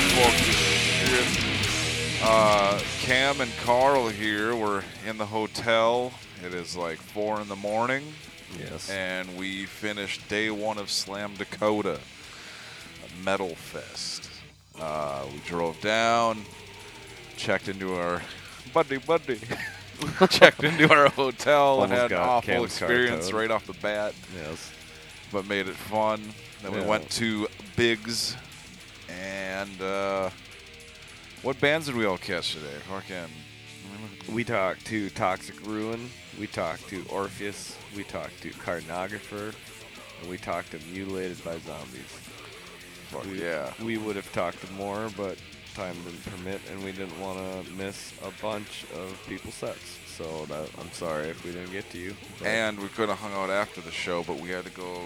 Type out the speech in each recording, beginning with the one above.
motherfucking shit. Uh, Cam and Carl here. We're in the hotel. It is like four in the morning, Yes. and we finished day one of Slam Dakota Metal Fest. Uh, we drove down, checked into our buddy buddy, checked into our hotel, and Almost had an got awful Cam's car experience towed. right off the bat Yes. but made it fun. Then we Yeah. went to Biggs, and uh, what bands did we all catch today? Fucking We talked to Toxic Ruin. We talked to Orpheus. We talked to Carnographer. And we talked to Mutilated by Zombies. Fuck we, yeah. We would have talked to more, but time didn't permit, and we didn't want to miss a bunch of people's sets. So that, I'm sorry if we didn't get to you. but- and we could have hung out after the show, but we had to go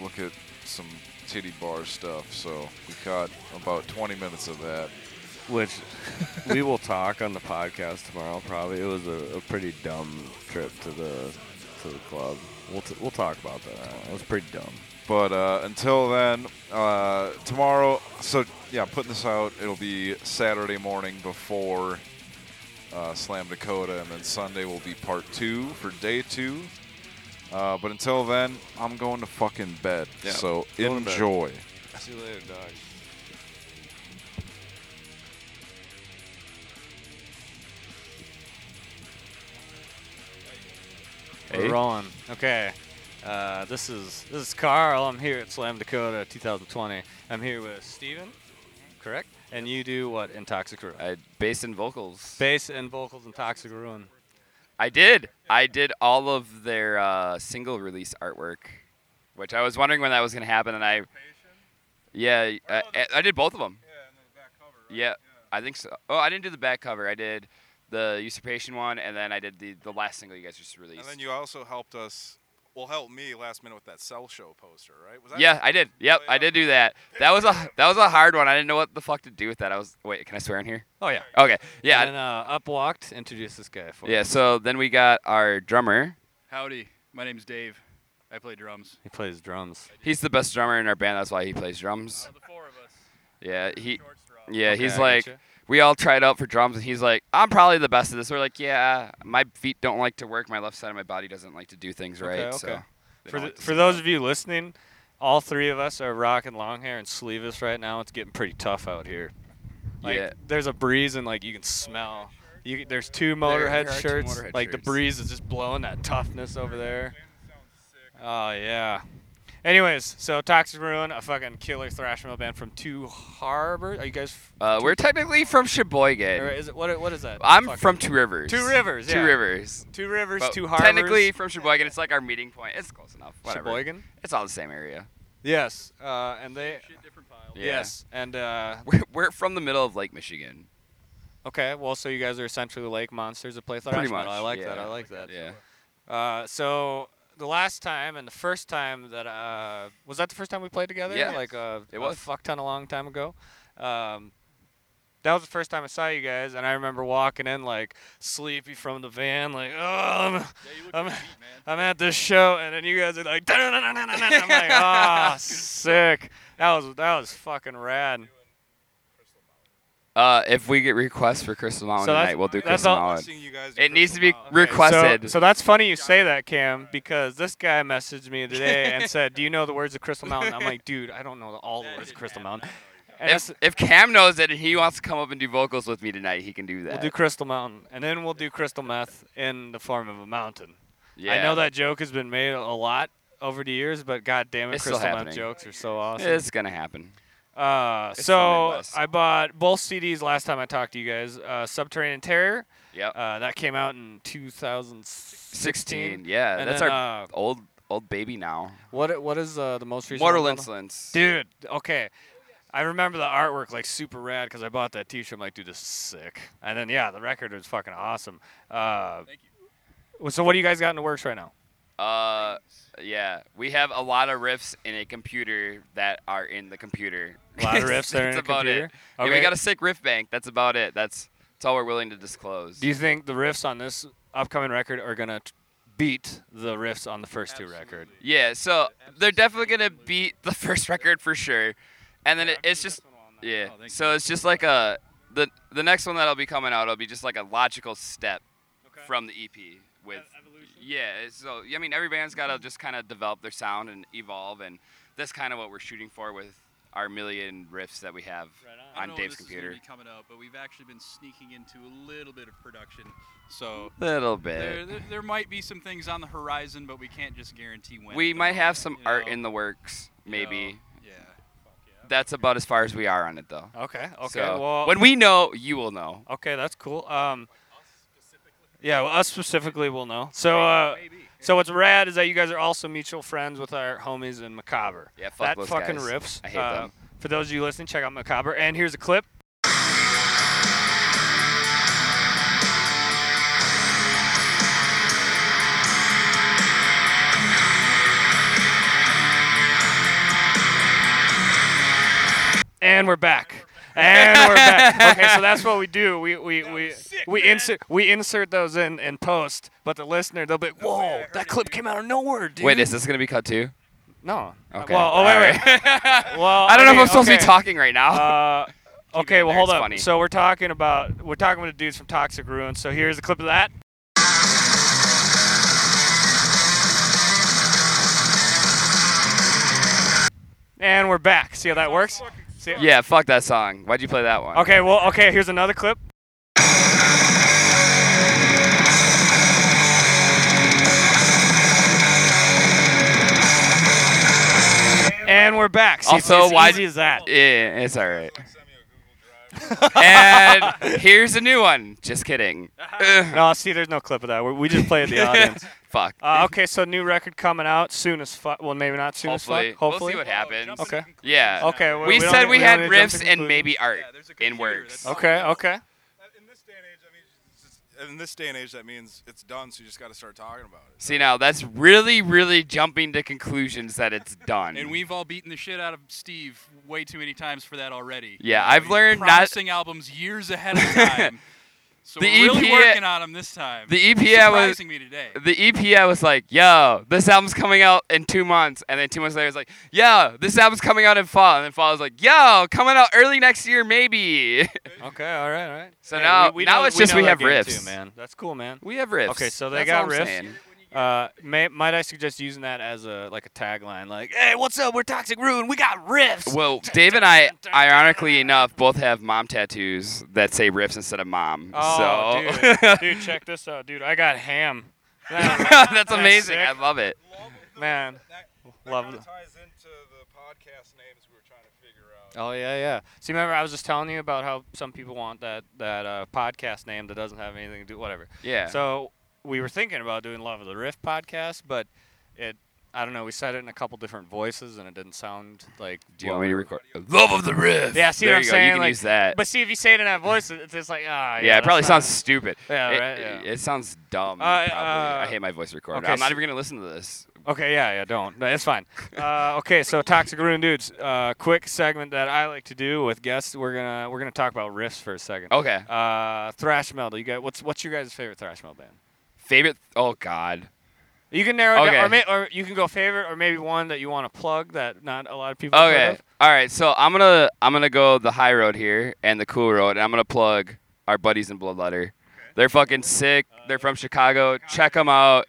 look at some titty bar stuff. So we caught about 20 minutes of that. which we will talk on the podcast tomorrow. Probably it was a, a pretty dumb trip to the to the club. We'll t- we'll talk about that. It was pretty dumb. But uh, until then, uh, tomorrow. So yeah, putting this out, it'll be Saturday morning before uh, Slam Dakota, and then Sunday will be part two for day two. Uh, but until then, I'm going to fucking bed. Yeah, So go to bed. enjoy. See you later, dog. We're Eh? rolling. Okay. Uh, this is this is Carl. I'm here at Slam Dakota 2020. I'm here with Steven, correct? And you do what in Toxic Ruin? I bass and vocals. Bass and vocals in Toxic Ruin. I did. I did all of their uh, single release artwork, which I was wondering when that was gonna happen, and I. Yeah, I, I- I did both of them. Yeah, I think so. Oh, I didn't do the back cover. I did the usurpation one, and then I did the the last single you guys just released. And then you also helped us, well, helped me last minute with that cell show poster, right? Was that Oh, yeah, I did. Yep, I did do that. That was a that was a hard one. I didn't know what the fuck to do with that. I was wait. Can I swear in here? Oh yeah. Okay. Yeah. And then, uh, Upwalked. Introduce this guy for yeah. us. So then we got our drummer. Howdy, my name's Dave. I play drums. He plays drums. He's the best drummer in our band. That's why he plays drums. the four of us. Yeah. He. Yeah, Okay, he's I like, getcha. we all tried out for drums, and he's like, I'm probably the best at this. We're like, yeah, my feet don't like to work. My left side of my body doesn't like to do things right. okay. So they For, don't the, like to for sing those loud. of you listening, all three of us are rocking long hair and sleeveless right now. It's getting pretty tough out here. Like, Yeah. There's a breeze and like you can smell. You, there's two There- Motorhead there are two shirts. Motorhead like shirts. the breeze is just blowing that toughness over there. Oh yeah. Anyways, so Toxic Ruin, a fucking killer thrash metal band from Two Harbor. Are you guys? f- uh, we're technically from Or Sheboygan. is it what? What is that? I'm Fucking- from Two Rivers. Two Rivers, Two yeah. Rivers. Two Rivers, But Two Harbors. Technically from Sheboygan. It's like our meeting point. It's close enough. Whatever. Sheboygan. It's all the same area. Yes, uh, and they. different pile. Yeah. Yes, and uh, We're, we're from the middle of Lake Michigan. Okay, well, so you guys are essentially lake monsters that play thrash Pretty metal. much, I like yeah. that. I like that. Yeah. Uh, so the last time and the first time that uh, was that the first time we played together? Yeah. like uh, It a was. fuck ton a long time ago. Um, that was the first time I saw you guys, and I remember walking in like sleepy from the van, like oh, I'm, I'm, I'm at this show, and then you guys are like, "Da-na-na-na-na-na," I'm like, ah, sick. That was that was fucking rad. Uh, if we get requests for Crystal Mountain that's- tonight, we'll do that's Crystal all- Mountain. Seeing you guys. It needs to be Crystal Mountain. requested. So, so that's funny you say that, Cam, because this guy messaged me today and said, "Do you know the words of Crystal Mountain?" I'm like, "Dude, I don't know all the words of Crystal Mountain." And If, if Cam knows it and he wants to come up and do vocals with me tonight, he can do that. we'll do Crystal Mountain, and then we'll do Crystal Meth in the form of a mountain. yeah. I know that joke has been made a lot over the years, but god damn it, It's still Crystal Meth happening. jokes are so awesome. It's gonna happen. Uh, It's the so Midwest. I bought both CDs last time I talked to you guys. Uh, Subterranean Terror, Yep. uh, that came out in 2016. Sixteen. Yeah, and that's then, our uh, old old baby now. What what is uh, the most recent? one Mortal called? Insolence. Dude, okay. I remember the artwork like super rad because I bought that T-shirt. I'm like, dude, this is sick. And then yeah, the record was fucking awesome. Uh, Thank you. So what do you guys got in the works right now? Uh, yeah, we have a lot of riffs in a computer that are in the computer. A lot of riffs that are in That's a about computer? it. And we Okay. got a sick riff bank. That's about it. That's that's all we're willing to disclose. Do you think the riffs on this upcoming record are gonna t- beat the riffs on the first two record? yeah. So they're definitely gonna beat the first record for sure, and then it, it's just Yeah. Oh, thank so it's just like a the the next one that'll be coming out will be just like a logical step from the EP with yeah. it's- So I mean, every band's got to just kind of develop their sound and evolve, and that's kind of what we're shooting for with our million riffs that we have Right I on know Dave's this is gonna computer. be coming up, but we've actually been sneaking into a little bit of production. So Little bit. there, there, there might be some things on the horizon, but we can't just guarantee when. we at the might moment, have some you art know? in the works, You maybe. know, Yeah. That's about as far as we are on it, though. Okay. Okay. So, well, when we know, you will know. okay, that's cool. Um, yeah, well, us specifically will know. So, uh, so what's rad is that you guys are also mutual friends with our homies in Macabre. Yeah, fuck that those fucking guys. rips. I hate Uh, them. For those of you listening, check out Macabre. And here's a clip. And we're back. And we're back. Okay, so that's what we do. We we we, we insert we insert those in and post, but the listener they'll be whoa, that clip came out of nowhere, dude. Wait, is this gonna be cut too? no. Okay. Well, oh All wait, right. wait. Well, I don't know if mean, I'm supposed to be okay. talking right now. Uh, okay, in well there, hold it's up. funny. So we're talking about we're talking with the dudes from Toxic Ruin. So here's a clip of that. And we're back. See how that works? See yeah, fuck that song. Why'd you play that one? Okay, well, okay, here's another clip. And we're back. See, it's Also, as why- easy as that? Yeah, it's all right. and here's a new one. Just kidding. Ugh, No, see, there's no clip of that. we we just played the audience. fuck. Uh, okay, so new record coming out soon as fuck. Well, maybe not soon hopefully, as fuck. Hopefully. we'll see what happens. Okay. Yeah. Okay. We, well, don't said need- we don't had need to jump to riffs and conclusions. maybe art Yeah, there's a in computer, works. that's all. Okay. Okay. In this day and age, I mean, it's just- in this day and age, that means it's done. So you just got to start talking about it. See now, that's really, really jumping to conclusions that it's done. And we've all beaten the shit out of Steve way too many times for that already. Yeah, I've He's learned not- promising albums years ahead of time. so The we're really EP working on them this time. the EP I was surprising me today. the EP I was like, yo, this album's coming out in two months. And then two months later, it's like, yo, this album's coming out in fall. And then fall was like, yo, coming out early next year, maybe. Okay. All right. All right. So now- we, we now know- it's just know we that have game riffs. too, man. That's cool, man. we have riffs. Okay, so they That's got all I'm riffs. saying. Uh, may, might I suggest using that as a like a tagline, like, "Hey, what's up? We're Toxic Ruin. We got riffs." Well, Dave and I, ironically enough, both have mom tattoos that say riffs instead of mom. oh, so dude, dude, check this out, dude. I got ham. Man, that's amazing. I sick. love it. man. love Kind it. of ties into the podcast names we were trying to figure out. Oh yeah, yeah. See, remember I was just telling you about how some people want that that uh, podcast name that doesn't have anything to do whatever. Yeah. So we were thinking about doing Love of the Rift podcast, but it I don't know. We said it in a couple different voices, and it didn't sound like. Do you want me to record? Love of the riff. Yeah, see there what I'm you go. saying? You can like- use that. But see, if you say it in that voice, it's just like ah. yeah, it probably that's not- sounds stupid. Yeah, it, right, yeah. It, it sounds dumb. Uh, probably. I uh, hate my voice recorder. okay, I'm not so- even gonna listen to this. Okay, yeah, yeah, don't. No, It's fine. Uh, okay, so toxic ruin dudes. Uh, quick segment that I like to do with guests. We're gonna we're gonna talk about riffs for a second. Okay. Uh, thrash metal. You guys, what's what's your guys' favorite thrash metal band? Favorite? Oh God. You can narrow it down, Okay. or, may, or you can go favorite, or maybe one that you want to plug that not a lot of people. have heard Okay. of. All right. So I'm gonna I'm gonna go the high road here and the cool road, and I'm gonna plug our buddies in Bloodletter. They're fucking sick. Uh, They're from Chicago. Check them out.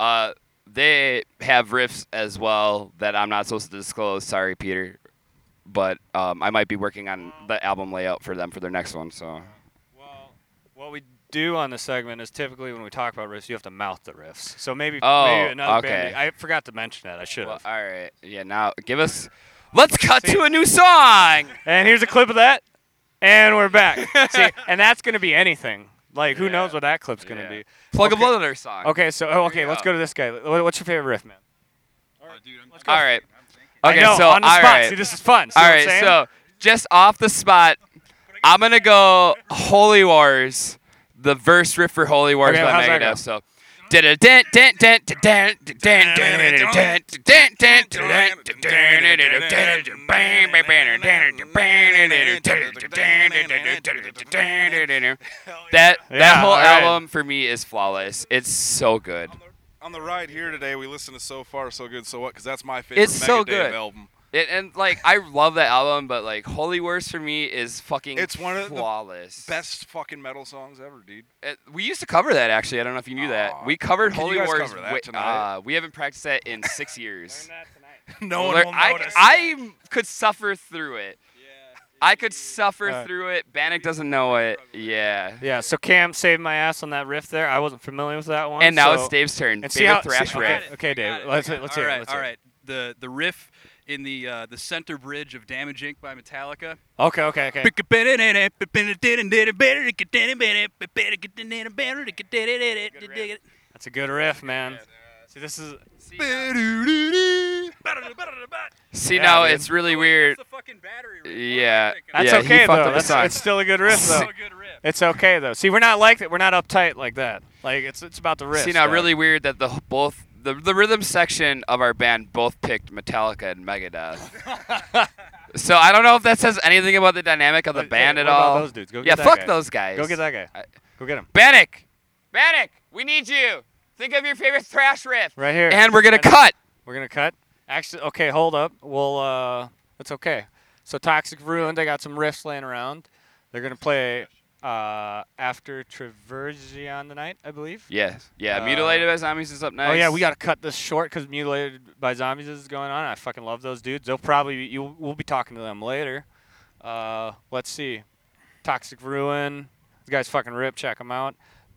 Uh, they have riffs as well that I'm not supposed to disclose. Sorry, Peter, but um, I might be working on the album layout for them for their next one. So Well, what we do on the segment is typically when we talk about riffs, you have to mouth the riffs. So maybe, Oh, maybe another okay. band. I forgot to mention that. I should Well, have. all right. Yeah. Now give us. Let's cut to a new song. And here's a clip of that. And we're back. See, and that's going to be anything. Like, who knows what that clip's going to Yeah. be? Plug Okay. a Bloodletter song. Okay, so oh, okay, let's Yeah. go to this guy. Wha- What's your favorite riff, man? All right. I Okay. know, so on the all spot. right. See, this is fun. See All what I'm right, saying? so just off the spot, I'm gonna go Holy Wars, the verse riff for Holy Wars Okay, by how's that go? Megadeth. So. That that Yeah, whole all right. album for me is flawless. It's so good. On the ride here today, we listened to "So Far So Good So What" because that's my favorite It's so Megadeth good. album. It, and like I love that album, but like Holy Wars for me is fucking It's one of the flawless. Best fucking metal songs ever, dude. Uh, we used to cover that actually. I don't know if you knew that. Aw. We covered Can you Holy guys Wars. cover that wi- tonight? uh, we haven't practiced that in six years. no one Lear- will I, notice. I could suffer through it. Yeah. I could suffer Uh, Alright. through it. Bannock doesn't know it. Yeah. Yeah, so Cam saved my ass on that riff there. I wasn't familiar with that one. And now so- it's Dave's turn. And see Favorite how thrash see, riff. okay, okay, Got Dave, it, let's got it. let's hear All it. right, let's all hear it. right. The the riff in the uh, the center bridge of Damage Inc. by Metallica. Okay, okay, okay. That's a good riff, man. See, this is See Yeah, now dude. it's really weird. the fucking battery Yeah. that's yeah, he okay fucked up though. the That's, song. it's still a good riff though. It's okay though. See, we're not like that. We're not uptight like that. Like it's it's about the riff. See now though. really weird that the both the, the rhythm section of our band both picked Metallica and Megadeth. so I don't know if that says anything about the dynamic of the Hey, band what at about all. those dudes? Go yeah, get that fuck guy. those guys. Go get that guy. I- Go get him. Bannock, Bannock, we need you. Think of your favorite thrash riff. Right here. And we're gonna And- cut. We're gonna cut. Actually, okay, hold up. We'll. Uh, it's okay. So toxic ruin. They got some riffs laying around. They're gonna play uh, after Traversion tonight, I believe. Yes. Yeah. Uh, Mutilated by Zombies is up next. Oh yeah, we gotta cut this short because mutilated by zombies is going on. I fucking love those dudes. They'll probably you. We'll be talking to them later. Uh, let's see, toxic ruin. These guys fucking rip. Check them out.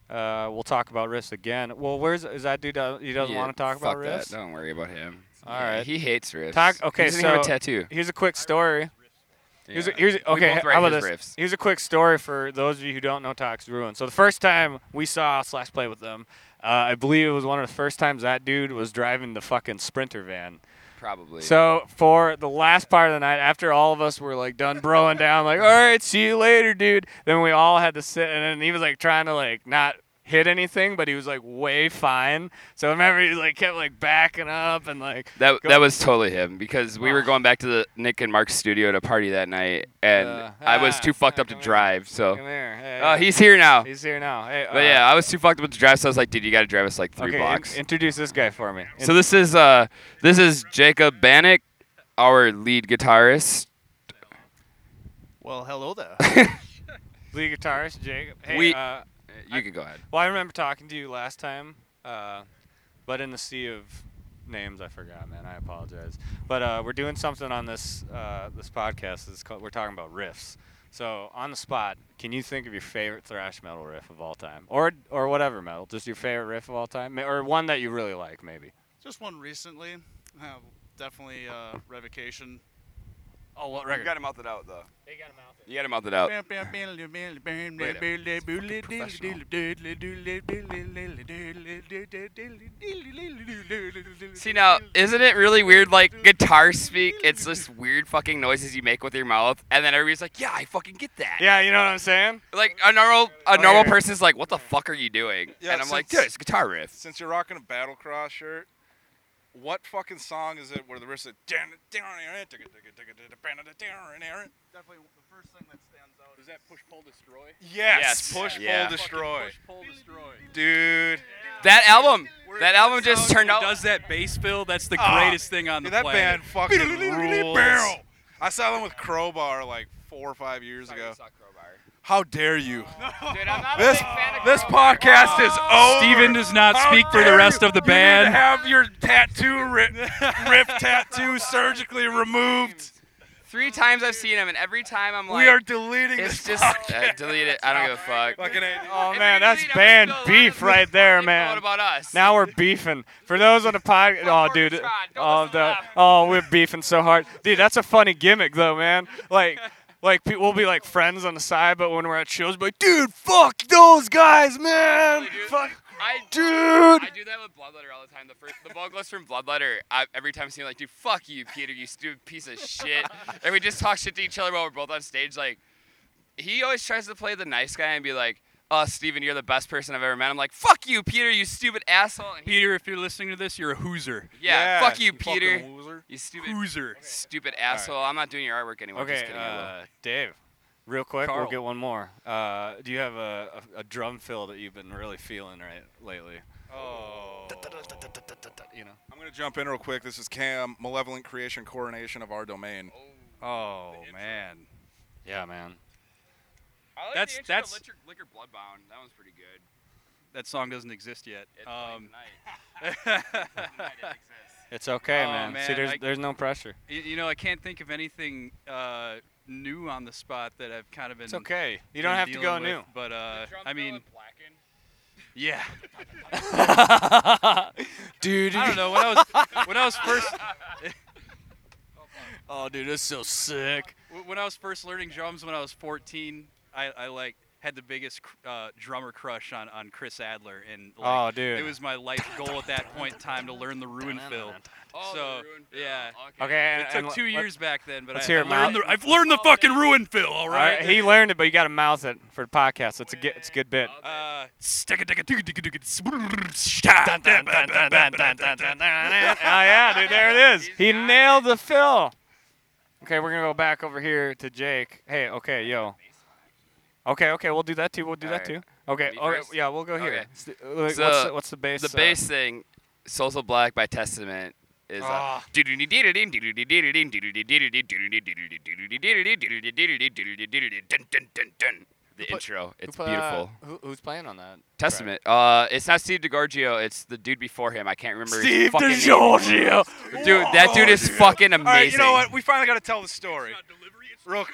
Uh, we'll talk about riffs again. Well, where's is that dude? Uh, he doesn't Yeah, want to talk fuck about that. riffs. Don't worry about him. All Yeah, right. He hates riffs. Talk- okay, He doesn't even have a so- tattoo. Here's a quick story. Here's a, Yeah. here's We a, okay. both how write about his this? riffs. Here's a quick story for those of you who don't know Toxic Ruin. So the first time we saw slash play with them, uh, I believe it was one of the first times that dude was driving the fucking Sprinter van. Probably. So for the last part of the night, after all of us were like done broing down, like all right, see you later, dude. Then we all had to sit, and then he was like trying to like not hit anything, but he was like way fine. So I remember he like kept like backing up and like that go- Ah. that was totally him because we were going back to the Nick and Mark's studio to party that night, and Uh, I was ah, too fucked up to come here. drive. come So here. Hey, uh, he's here now. he's here now. Hey, uh, But yeah, I was too fucked up to drive, so I was like, dude, you got to drive us like three okay, in- blocks. introduce this guy for me. so this is uh this is Jacob Bannock, our lead guitarist. Well, hello there. lead guitarist Jacob. Hey, We- uh, You can go ahead. well, I remember talking to you last time, uh, but in the sea of names, I forgot, man. I apologize. But uh, we're doing something on this uh, this podcast. It's called, we're talking about riffs. So on the spot, can you think of your favorite thrash metal riff of all time, or or whatever metal, just your favorite riff of all time, Ma- or one that you really like, maybe? Just one recently. Uh, definitely uh, Revocation. Oh, what You got him mouthed out though. You got to mouth it out. See now, isn't it really weird? Like guitar speak, it's just weird fucking noises you make with your mouth, and then everybody's like, "Yeah, I fucking get that." Yeah, you know what I'm saying. Like a normal a normal yeah. person's like, "What the fuck are you doing?" Yeah, and I'm like, since- "Dude, it's a guitar riff." Since you're rocking a Battlecross shirt, what fucking song is it where the riff's like? Yes, Definitely the first thing that stands out is that push, pull, destroy. Yes. push, Yeah. pull, destroy, Push, pull, destroy. dude. That album, that album just turned out. Does that bass fill? That's the Ah, greatest thing on the Dude, that planet. band fucking rules. I saw them with Crowbar like four or five years ago. How dare you? Dude, I'm not This a big fan of this Crowbar. podcast is over. Oh, Steven does not How speak for the dare rest you? of the You need band. to have your tattoo ri- riff tattoo surgically removed. Three times I've seen him, and every time I'm like, we are deleting "It's this just uh, delete it. I don't give a fuck." fucking idiot. Oh If man, we that's delete him, band it's still a lot beef of right people there, thinking man. about us? Now we're beefing. For those on the podcast, Fuck oh Marcus dude, Rod. Don't oh listen to the, them. oh we're beefing so hard, dude. That's a funny gimmick though, man. Like, like pe- we'll be like friends on the side, but when we're at shows, be like, dude, fuck those guys, man. Totally, dude. Fuck, I dude. I do that with Bloodletter all the time. The first, the vocalist from Bloodletter, I, every time I see him, like, dude, fuck you, Peter, you stupid piece of shit. And we just talk shit to each other while we're both on stage. Like, he always tries to play the nice guy and be like, oh, Steven, you're the best person I've ever met. I'm like, fuck you, Peter, you stupid asshole. And he, Peter, if you're listening to this, you're a hooser. yeah, fuck you, fucking Peter, loser. you stupid, Hooser. stupid asshole. I'm not doing your artwork anymore. Okay, just kidding, I will. uh, Dave, real quick, Carl. we'll get one more. Uh, do you have a, a, a drum fill that you've been really feeling right lately? Oh. You know. I'm gonna jump in real quick. This is Cam, Malevolent Creation, Coronation of Our Domain. Oh man. Yeah, man. I like That's- the intro that's- to Liquor, Liquor Bloodbound. That one's pretty good. That song doesn't exist yet. It's Um, like tonight. tonight it exists. It's okay, Oh, man. See, man, there's I- there's no pressure. y- you know, I can't think of anything uh, new on the spot that I've kind of been. It's okay. You been don't have to dealing go with, new. But uh, The drum I fill mean, in Blackened. yeah. dude. I don't know. When I was when I was first Oh, dude, that's so sick. W- When I was first learning drums, when I was 14, I, I like had the biggest cr- uh, drummer crush on, on Chris Adler, and like, Oh, dude. it was my life goal at that point in time to learn the ruin fill. Oh, the So, Ruin Fill. yeah. Okay. Okay, and, It and took two let- years back then, but I, let's hear I it, Mal. learned the, I've learned the fucking ruin fill. All All right, right. he learned it, but you got to mouth it for the podcast. so It's a good, it's a good bit. Uh, oh yeah, dude, there it is. He's He got nailed the fill. Okay, we're gonna go back over here to Jake. Hey, okay, yo. Okay, okay, we'll do that too. We'll do that Alright. too. Okay, Me okay, first? yeah, we'll go here. Okay. S- uh, like, what's, So, the, what's the bass? The uh, bass thing, Social Black by Testament, is uh, Ah. the put- intro. It's who, uh, beautiful. who- who's playing on that? Testament. Uh, it's not Steve DiGorgio. It's the dude before him. I can't remember. his fucking name. DiGiorgio. Dude, that dude is fucking amazing. Oh, All right, you know what? We finally got to tell the story. Real-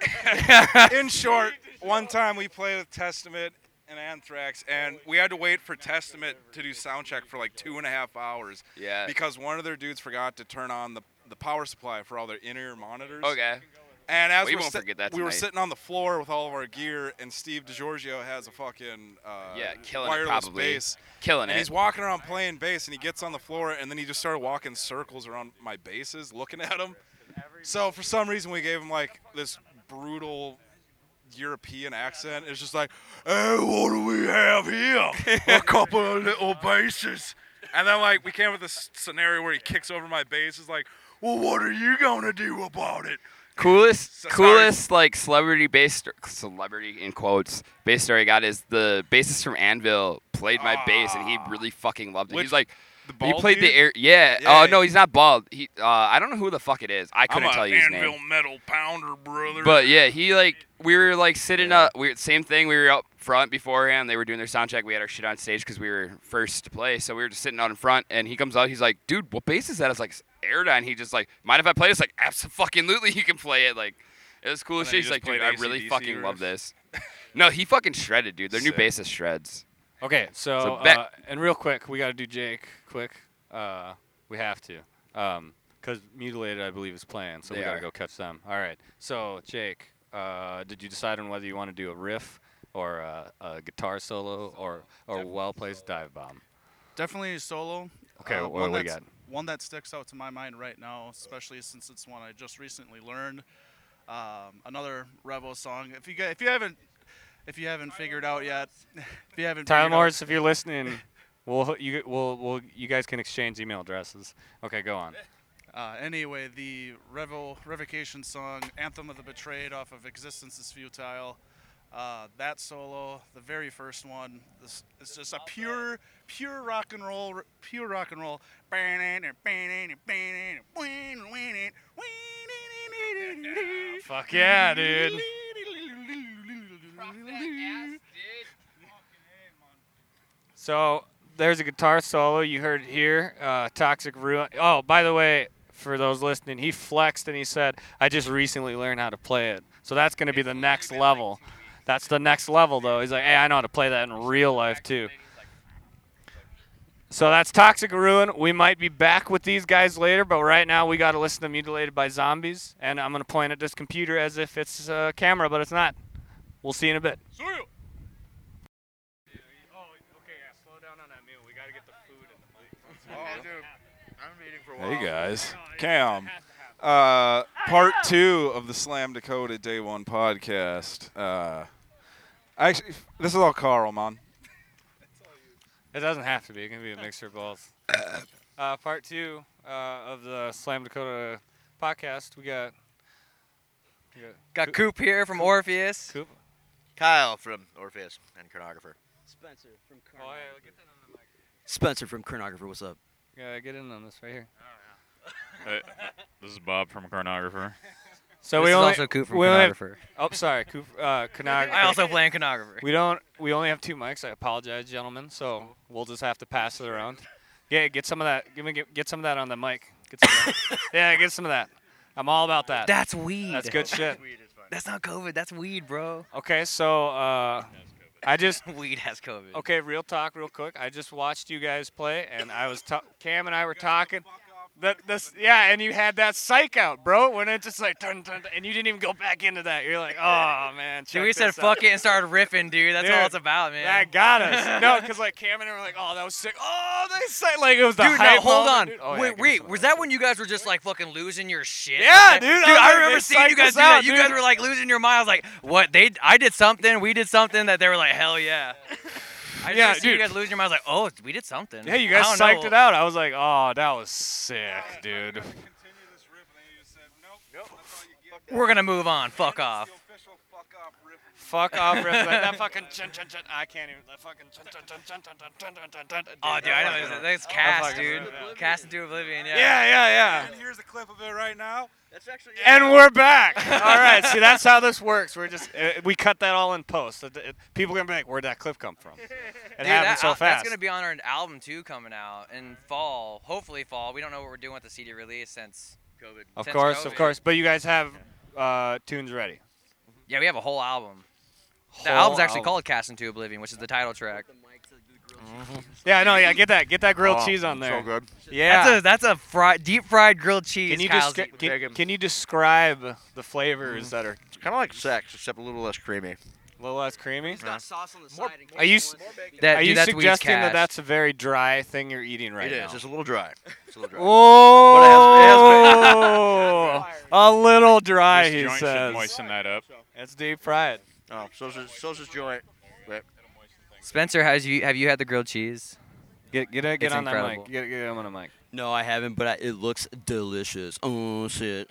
In short, one time we played with Testament and Anthrax, and we had to wait for Testament to do sound check for like two and a half hours Yeah. because one of their dudes forgot to turn on the, the power supply for all their in-ear monitors. Okay. And as We we were won't sit- forget that we were tonight. sitting on the floor with all of our gear, and Steve DiGiorgio has a fucking uh, Yeah, killing it wireless probably. bass. Killing And it. he's walking around playing bass, and he gets on the floor, and then he just started walking circles around my basses, looking at him. So for some reason, we gave him like this brutal European accent. It's just like, "Hey, what do we have here? A couple of little basses." And then like we came up with this scenario where he kicks over my bass. Is like, "Well, what are you gonna do about it?" coolest, Sorry. coolest like celebrity bass sto- celebrity in quotes bass story I got is the bassist from Anvil played my bass and he really fucking loved Ah. it. Which- he's like. The He bald played the dude? air. Yeah. Yeah, oh no, yeah. he's not bald. He. Uh, I don't know who the fuck it is. I I'm couldn't a tell you his anvil name. metal pounder, brother. But yeah, he like we were like sitting up. We same thing. We were up front beforehand. They were doing their sound check. We had our shit on stage because we were first to play. So we were just sitting out in front, and he comes out. He's like, "Dude, what bass is that?" I was like, "It's "Airdyne." He just like, "Mind if I play this?" Like, absolutely, you can play it. Like, it was cool as then you shit. He's just like, "Dude, played I really AC/DC fucking or love this." No, he fucking shredded, dude. Their new bassist shreds. Okay, so, So uh, back- and real quick, we got to do Jake quick. Uh, we have to, because Mutilated, I believe, is playing, so we They got to are. go catch them. All right, so Jake, uh, did you decide on whether you want to do a riff or a, a guitar solo or or well placed dive bomb? Definitely a solo. Okay, wha- Uh, one what do we that's- got? One that sticks out to my mind right now, especially since it's one I just recently learned. Um, another Revo song. If you guys, if you haven't, if you haven't figured out yet, if you haven't. Tyler figured out- Morris, if you're listening, we'll you we'll, we'll you guys can exchange email addresses. Okay, go on. Uh, anyway, the Revo Revocation song, Anthem of the Betrayed off of Existence is Futile. Uh, that solo, the very first one, this, it's just a pure, pure rock and roll, r- pure rock and roll. Fuck yeah, dude. So there's a guitar solo you heard here, uh, Toxic Ruin. Oh, by the way, for those listening, he flexed and he said, "I just recently learned how to play it." So that's going to be the next level. That's the next level, though. He's like, "Hey, I know how to play that in real life too." So that's Toxic Ruin. We might be back with these guys later, but right now we got to listen to Mutilated by Zombies, and I'm going to point at this computer as if it's a camera, but it's not. We'll see you in a bit. Hey guys. Cam. Uh, part two of the Slam Dakota Day One podcast. Uh, actually, This is all Carl, man. It doesn't have to be. It can be a mixture of both. uh, part two uh, of the Slam Dakota podcast. We got, we got Got Coop here from Orpheus. Coop. Kyle from Orpheus and Chronographer. Spencer from Oh, yeah, Carmine. get that on the mic. Spencer from Chronographer, what's up? Yeah, get in on this right here. Hey, this is Bob from Chronographer. So This we is only also Coop from we only have- Chronographer. oh, sorry, Coop. Uh, Chronographer. I also play in Conographer. We don't. We only have two mics. I apologize, gentlemen. So we'll just have to pass it around. Yeah, get some of that. Give me get, get some of that on the mic. Get some of that. yeah, get some of that. I'm all about that. That's weed. That's good shit. That's not COVID. That's weed, bro. Okay, so uh, I just Weed has COVID. okay. Real talk, real quick. I just watched you guys play, and I was ta- Cam and I were talking. That this yeah, and you had that psych out, bro. When it just like dun, dun, dun, and you didn't even go back into that. You're like, oh man. Dude, check we said this out." fuck it and started riffing, dude. That's all Dude, it's about, man. That got us. no, because like Cam and I were like, oh, that was sick. Oh, they said like it was the Dude, hype now hold moment, on. dude. Oh, yeah, wait, give me wait. some of Was that when you guys were just like fucking losing your shit? Yeah, Like that- dude, I was Dude, I like, remember they seeing you psyched guys us do that. out, You dude. guys were like losing your minds. Like, what? They? I did something. We did something that they were like, hell yeah. I just Yeah, see you dude. guys losing your minds. Like, oh, we did something. Yeah, you guys I don't psyched know. it out. I was like, oh, that was sick, dude. Continue this riff, and then you just said, nope, that's all you get. We're gonna move on. Fuck off. The official fuck off riff. Fuck off, Riff. Like, that fucking chun chun chun. I can't even. That fucking chun chun chun chun chun chun chun chun chun chun. Oh, dude, I know that's- that's cast, dude. Cast into oblivion. Yeah. Yeah, yeah, And here's a clip of it right now. yeah. And we're back. All right. See, that's how this works. We're just uh, we cut that all in post. It- it- People are gonna be like, where'd that clip come from? It Dude, happened that, so al- fast. That's gonna be on our album too, coming out in fall. Hopefully fall. We don't know what we're doing with the CD release since COVID. of since course, of COVID. course. But you guys have uh, tunes ready. Yeah, we have a whole album. The Whole album's actually album. called Cast into Oblivion, which is the title track. Mm-hmm. Yeah, no, yeah. Get that, get that grilled Oh, cheese on it's there. So good. Yeah. That's a that's a fri- deep fried grilled cheese. Can you, Kyle's descri- eating. can, can you describe the flavors that are Mm. It's kind of like sex, except a little less a creamy. little less creamy? Uh-huh. sauce on the side. and Are you s- that, Are dude, you that's weed's suggesting that cash. that's a very dry thing you're eating right it now? is. It's a little dry. It's a little dry. Oh, a little dry, This he joint should says. moisten that up. It's deep fried. Oh, sausage, sausage joint. But Spencer? Has you have you had the grilled cheese? Get get get It's on incredible. that mic. Get get him on the mic. No, I haven't, but I, it looks delicious. Oh shit.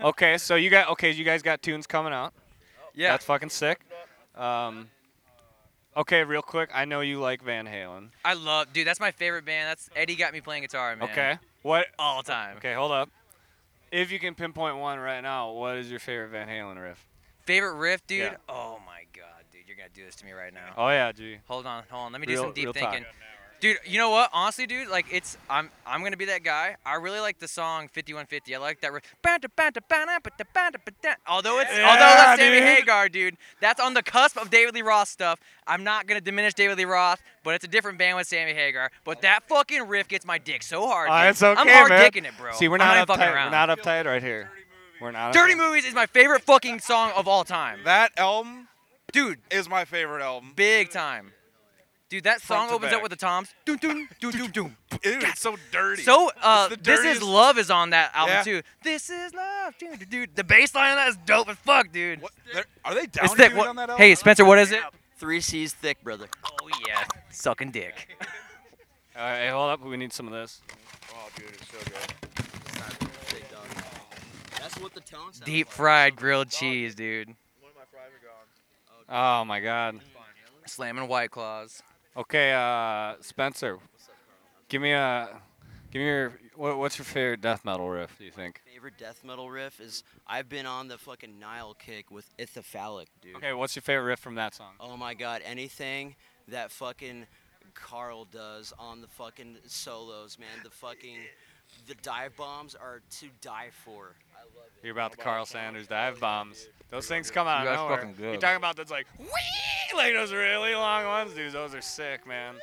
Okay, so you got okay, you guys got tunes coming out. Yeah. That's fucking sick. Um, okay, real quick, I know you like Van Halen. I love, dude. That's my favorite band. That's Eddie got me playing guitar, man. Okay, what All the time. Okay, hold up. If you can pinpoint one right now, what is your favorite Van Halen riff? Favorite riff, dude. Yeah. Oh my god, dude, you're gonna do this to me right now. Oh yeah, G. Hold on, hold on. Let me do Real- some deep real talk. thinking. Dude, you know what? Honestly, dude, like it's I'm I'm gonna be that guy. I really like the song 5150. I like that. riff. Although it's although Yeah, that's Sammy dude. Hagar, dude. That's on the cusp of David Lee Roth stuff. I'm not gonna diminish David Lee Roth, but it's a different band with Sammy Hagar. But that fucking riff gets my dick so hard. Oh, dude. it's okay, I'm hard man. dicking it, bro. See, we're I'm not, even fucking uptight. We're around. not uptight right here. We're not. Dirty uptight. Movies is my favorite fucking song of all time, That album dude. is my favorite album. Big time. Dude, that Front song to opens up back. with the toms. Doom, doom, doom, doom, doom. Dude, it's so dirty. So, uh, It's the this is dirtiest- love is on that album Yeah. too. This is love, dude. dude. The bass line of that is dope as fuck, dude. What? They're- Are they down It's thick. on that What? album? Hey, Spencer, what is it? Three C's thick, brother. Oh yeah, sucking dick. All right, hey, hold up. We need some of this. oh, dude, it's so good. That's what the tone sounds Deep fried grilled cheese, dude. Oh my God. Slamming white claws. Okay, uh, Spencer, give me a, give me your. What, what's your favorite death metal riff? Do you think? Favorite death metal riff is I've been on the fucking Nile kick with Ithophalic, dude. Okay, what's your favorite riff from that song? Oh my god, anything that fucking Carl does on the fucking solos, man. The fucking the dive bombs are to die for. You're about the Carl Sanders dive bombs. Those things come out You of guys nowhere. fucking good. You're talking about those like, wee, like those really long ones, dude. Those are sick, man.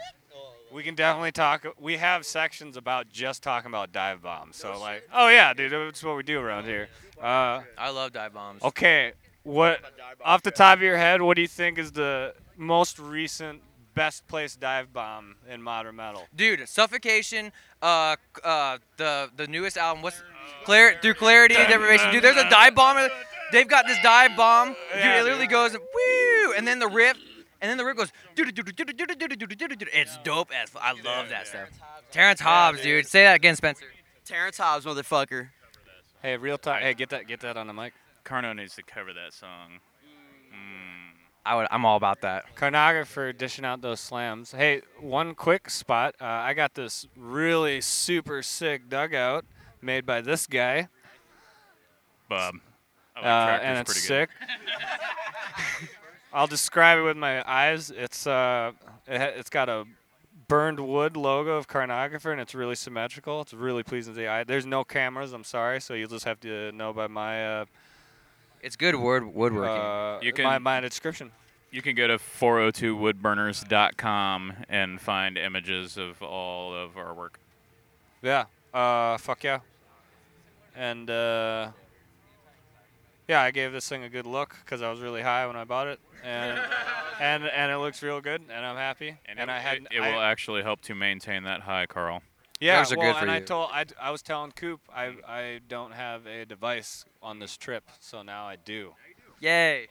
We can definitely talk. We have sections about just talking about dive bombs. So like, oh yeah, dude, that's what we do around here. Uh, I love dive bombs. okay, what off the top of your head, what do you think is the most recent best place dive bomb in modern metal? Dude, Suffocation, uh, c- uh, the the newest album, what's Clar- through Clarity and Deprivation. Dude, there's a dive bomb. They've got this dive bomb. Dude, Yeah, it literally dude. goes woo, and then the riff, and then the riff goes doo doo doo doo doo doo doo doo doo doo doo. It's dope as f- I love that stuff. Terrence Hobbs, dude. Say that again, Spencer. Terrence Hobbs, motherfucker. Hey, real talk. Hey, get that, get that on the mic. Carno needs to cover that song. Mm. I would. I'm all about that. Carnographer dishing out those slams. Hey, one quick spot. Uh, I got this really super sick dugout made by this guy. Bob. I like Uh, tractors and it's pretty sick. good. I'll describe it with my eyes. It's uh, it ha- it's got a burned wood logo of Carnographer, and it's really symmetrical. It's really pleasing to the eye. There's no cameras. I'm sorry, so you'll just have to know by my. Uh, it's good word woodworking. Uh, You my can- my description. You can go to 402woodburners.com and find images of all of our work. Yeah. Uh, fuck yeah. And uh, yeah, I gave this thing a good look because I was really high when I bought it, and and and it looks real good, and I'm happy. And, it, I had it, it I- will uh, actually help to maintain that high, Carl. yeah, well, and I told I, I was telling Coop I I don't have a device on this trip, so now I do. Yay.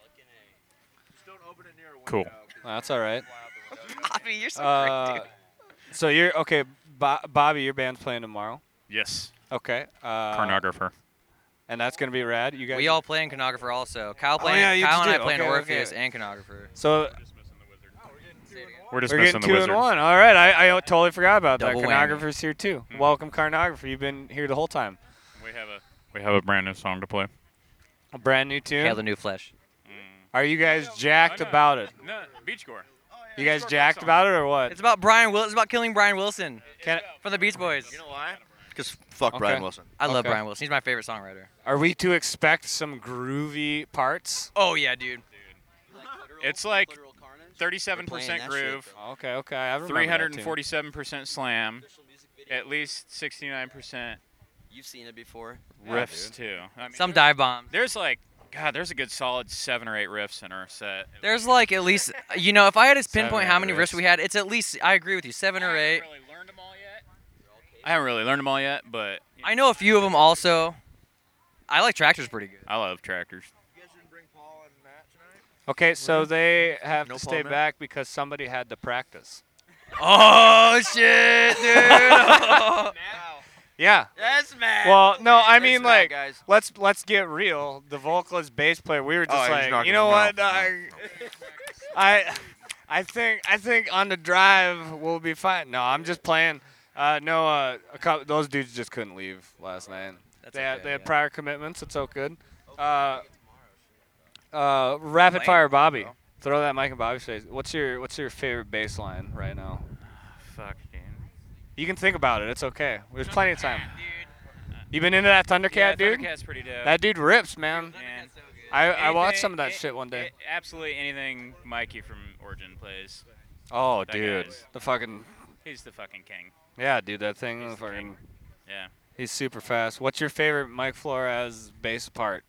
Cool. That's all right. Bobby, you're so Uh, great, so you're okay, Bo- Bobby. Your band's playing tomorrow. Yes. Okay. Uh, Carnographer. And that's gonna be rad. You guys. dude. We all play in Conographer also. Kyle Oh, playing. yeah, you Kyle just and I did. playing Okay, Orpheus okay. and Conographer. So We're just missing We're getting the two wizard. and one. All right, I, I totally forgot about Double that. whammy. Carnographer's here too. Hmm. Welcome, Carnographer. You've been here the whole time. We have a We have a brand new song to play. Hmm. a brand new tune. Hail the new flesh. Are you guys jacked about it? No, Beach Gore. You guys jacked about it or what? It's about Brian Will. It's about killing Brian Wilson Can from the Beach Boys. You know why? Because fuck Okay. Brian Wilson. I love Okay. Brian Wilson. He's my favorite songwriter. Are we to expect some groovy parts? Oh yeah, dude. It's like They're playing 37% that groove, Okay, okay. I remember that tune. 347% slam, at least 69% You've seen it before. riffs too. I mean, Some there- dive bomb. There's like, God, there's a good solid seven or eight riffs in our set. There's like at least you know if I had to pinpoint Seven how many riffs riffs. we had, it's at least I agree with you seven or eight. I haven't really learned them all yet, but I know a few of them also. I like tractors pretty good. I love tractors. Okay, so they have No to stay problem. back because somebody had to practice. Oh shit, dude. Yeah. That's mad. Well, no, I mean not, like guys. let's let's get real. The vocalist, bass player, we were Oh, just he's like, not you gonna- know what, no, I, I, I think I think on the drive we'll be fine. No, I'm just playing. Uh, no, uh, a couple, those dudes just couldn't leave last night. That's they had, okay, they had yeah. prior commitments. It's all good. Uh, uh, rapid fire, Bobby. Throw that mic in Bobby's face. What's your what's your favorite bass line right now? Fuck, dude. You can think about it. It's okay. There's plenty of time. You been into that Thundercat, dude? Thundercat's pretty dope. That dude rips, man. Yeah. I, I watched Anything- some of that a- shit one day. a- absolutely anything Mikey from Origin plays, oh, that dude, guy's- the fucking he's the fucking king. yeah, dude, that thing, He's the fucking, king. Yeah. he's super fast. What's your favorite Mike Flores bass part?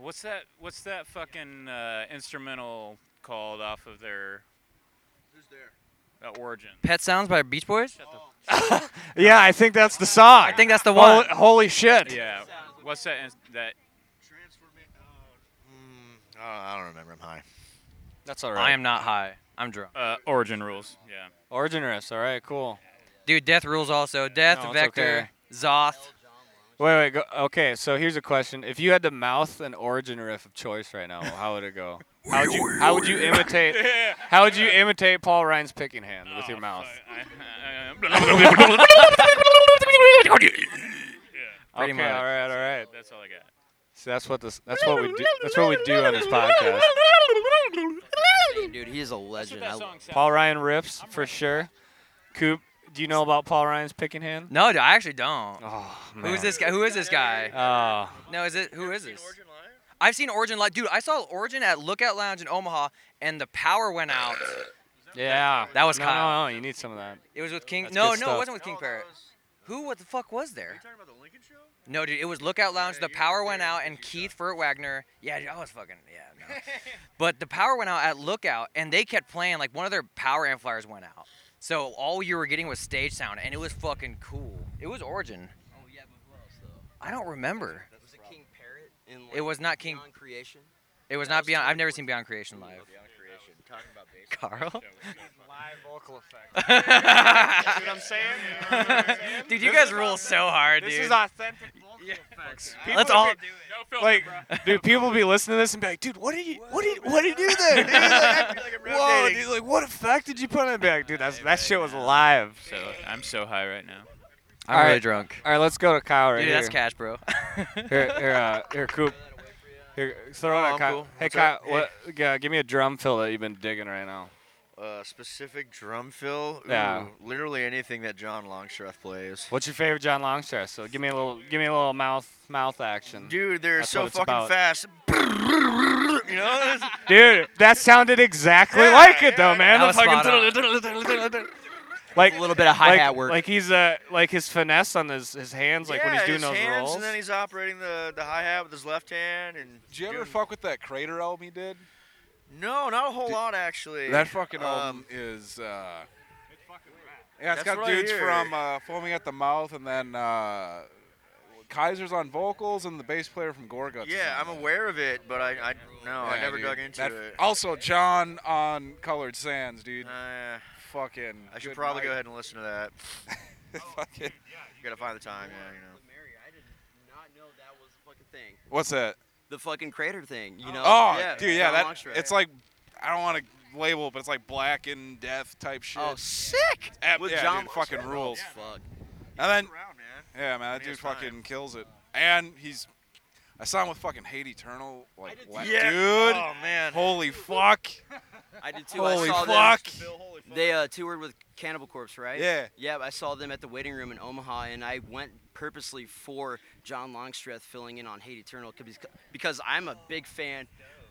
What's that? What's that fucking uh, instrumental called off of their? Who's there? Uh, Origin. Pet Sounds by Beach Boys. Yeah, I think that's the song. I think that's the one. Holy, shit! Yeah. What's that? Ins- that Hmm, Oh, I don't remember. I'm high. that's all right. I am not high. I'm drunk. uh, Origin rules. Yeah. Origin riffs. All right, cool. Dude, Death rules also. Death, No, it's Vector, Zoth. Wait, wait. Go, okay, so here's a question: If you had to mouth an Origin riff of choice right now, how would it go? How would you How would you imitate How would you imitate Paul Ryan's picking hand Oh, with your mouth? Pretty okay, much. all right, all right. That's all I got. See, that's what this. That's what we do. That's what we do on this podcast. Dude, he is a legend. I- Paul Ryan rips for sure. Coop, do you know about Paul Ryan's picking hand? No, dude, I actually don't. Oh man. Who's this guy? Who is this guy? Oh, No, is it? Who is this? I've seen Origin Live. Dude, I saw Origin at Lookout Lounge in Omaha, and the power went out. yeah. That was no, Kyle. No, no, you need some of that. It was with King. That's no, good no, stuff. it wasn't with King Parrot. Who? What the fuck was there? No, dude, it was Lookout Lounge. the power went out, and Keith Furt Wagner. Yeah, dude, I was fucking. Yeah, no. but the power went out at Lookout, and they kept playing. Like one of their power amplifiers went out, so all you were getting was stage sound, and it was fucking cool. It was Origin. Oh yeah, but who else though? I don't remember. Was it King Parrot? In, It was not King- Beyond Creation. It was not Beyond. I've never seen Beyond Creation live. Creation. Talking about bass. Carl. Live vocal effect. dude, what I'm saying? you guys rule so hard, dude. authentic vocal People would be- like, dude, people be listening to this and be like, dude, what did you, what did, what did you do there? Dude, like, whoa, dude, like, what effect did you put on it? Be like, dude, that's, that shit was live. So I'm so high right now. I'm All really right. drunk. All right, let's go to Kyle right Dude, here. that's cash, bro. here, here, uh, here, Coop. Here, throw Oh, it at I'm Kyle. cool. Hey, What's Kyle, up? what? Yeah, give me a drum fill that you've been digging right now. Uh, specific drum fill. Ooh, Yeah. Literally anything that John Longstreth plays. What's your favorite John Longstreth? So give me a little, give me a little mouth, mouth action. Dude, they're That's what so it's fucking about. fast. you know. Dude, that sounded exactly like it though, man. That The was fucking spot on. like A little bit of hi-hat like, work. Like he's uh, like his finesse on his, his hands, like when he's Yeah, doing his those hands, rolls. and then he's operating the, the hi hat with his left hand. And Did you ever doing- fuck with that Crater album he did? No, not a whole lot actually. That fucking um, album is. Uh, yeah, it's That's got what I dudes hear. from uh, Foaming at the Mouth, and then uh, Kaiser's on vocals, and the bass player from Gorguts. is Yeah, on I'm that. aware of it, but I, I no, Oh, I Yeah, never dude. dug into That- Oh. it. Also, John on Colored Sands, dude. Uh, fucking. I should good probably go night. ahead and listen to that. Fucking- Gotta find the time, yeah, you know. Mary, I did not know that was a fucking thing. What's that? The fucking crater thing, you know? Oh, dude, yeah, John that Longstreth. it's like I don't want to label, it, but it's like black and death type shit. Oh, sick! Ab- With yeah, John dude, fucking Longstreth. rules. Oh, Fuck. And then, Around, man. yeah, man, that he dude has time. fucking kills it. And he's, I saw him with fucking Hate Eternal, like, la- Yeah. dude, Oh man. holy fuck, I did too. holy I saw fuck. Them. They uh, toured with Cannibal Corpse, right? Yeah. Yeah, I saw them at the waiting room in Omaha, and I went purposely for John Longstreth filling in on Hate Eternal 'cause- because because I'm a big fan,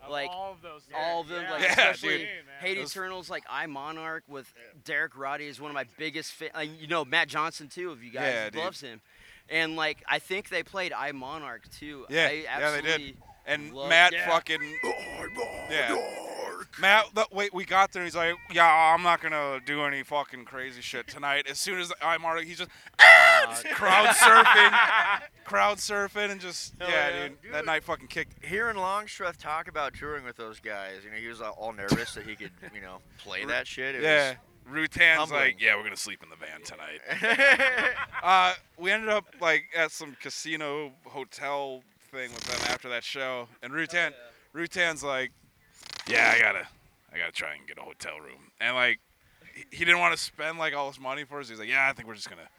like all of, those. them, like Yeah, especially dude. Hate Those- Eternals, like I Monarch with Derek Roddy is one of my biggest fa- like, you know Matt Johnson too. If you guys Yeah, dude. loves him, and like I think they played I Monarch too. Yeah, yeah, I they did. absolutely And love- Matt yeah. fucking, yeah. Matt, th- wait, we got there. He's like, yeah, I'm not gonna do any fucking crazy shit tonight. As soon as I'm already, he's just crowd surfing, crowd surfing, and just yeah, yeah. dude, that Dude. night fucking kicked Hearing Longstreth talk about touring with those guys, you know, he was all- all nervous that he could, you know, play that shit. It Yeah. Rutan's humbling. like, yeah, we're gonna sleep in the van tonight. Was, Uh, we ended up like at some casino hotel thing with them after that show, and Rutan, Rutan's like, yeah, I gotta, I gotta try and get a hotel room, and like, he- he didn't want to spend like all his money for us. He's like, yeah, I think we're just gonna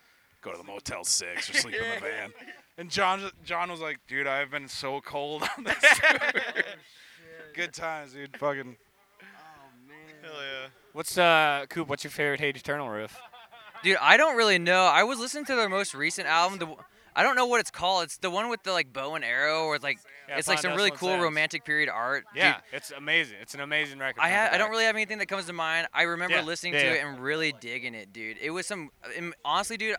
go to the Motel Six or sleep in the van. And John, John was like, dude, I've been so cold on this. tour." Good times, dude. Fucking. What's uh, Coop? What's your favorite Hate Eternal riff? Dude, I don't really know. I was listening to their most recent album. The, I don't know what it's called. It's the one with the like bow and arrow, or it's like Yeah, it's like some Fondant really Sun cool Sands. romantic period art. Dude, Yeah, it's amazing. It's an amazing record. I front to ha- I don't back. really have anything that comes to mind. I remember Yeah, listening yeah, to yeah. it and really digging it, dude. It was some um, honestly, dude.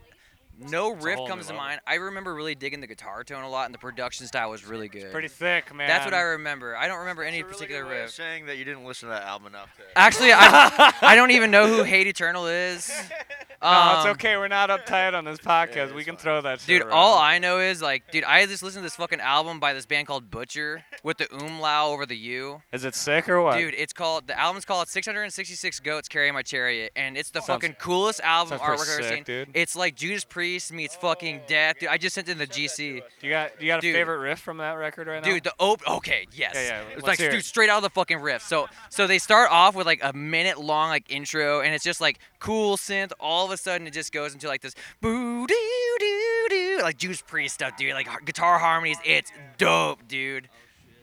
No riff whole new comes to level. mind. I remember really digging the guitar tone a lot, and the production style was really good. pretty thick, man. That's what I remember. I don't remember any It's a really particular good way of riff. Saying that you didn't listen to that album enough. To Actually, I, I don't even know who Hate Eternal is. Um, No, it's okay. We're not uptight on this podcast. we it's can fine. throw that. shit Dude, all around. I know is like, dude, I just listened to this fucking album by this band called Butcher with the umlau over the U. is it sick or what? Dude, it's called the album's called 666 Goats Carrying My Chariot, and it's the Sounds- fucking coolest album sounds pretty artwork I've ever sick, seen. dude. It's like Judas Priest meets fucking death. Dude, I just sent it in the GC. do you got do you got a dude. favorite riff from that record right now? Dude, the op okay, yes. Yeah, yeah, It's let's like hear dude, it. straight out of the fucking riff. So so they start off with like a minute long like intro and it's just like cool synth. All of a sudden it just goes into like this boo doo doo doo like Juice Priest stuff, dude. Like har- guitar harmonies, it's dope, dude.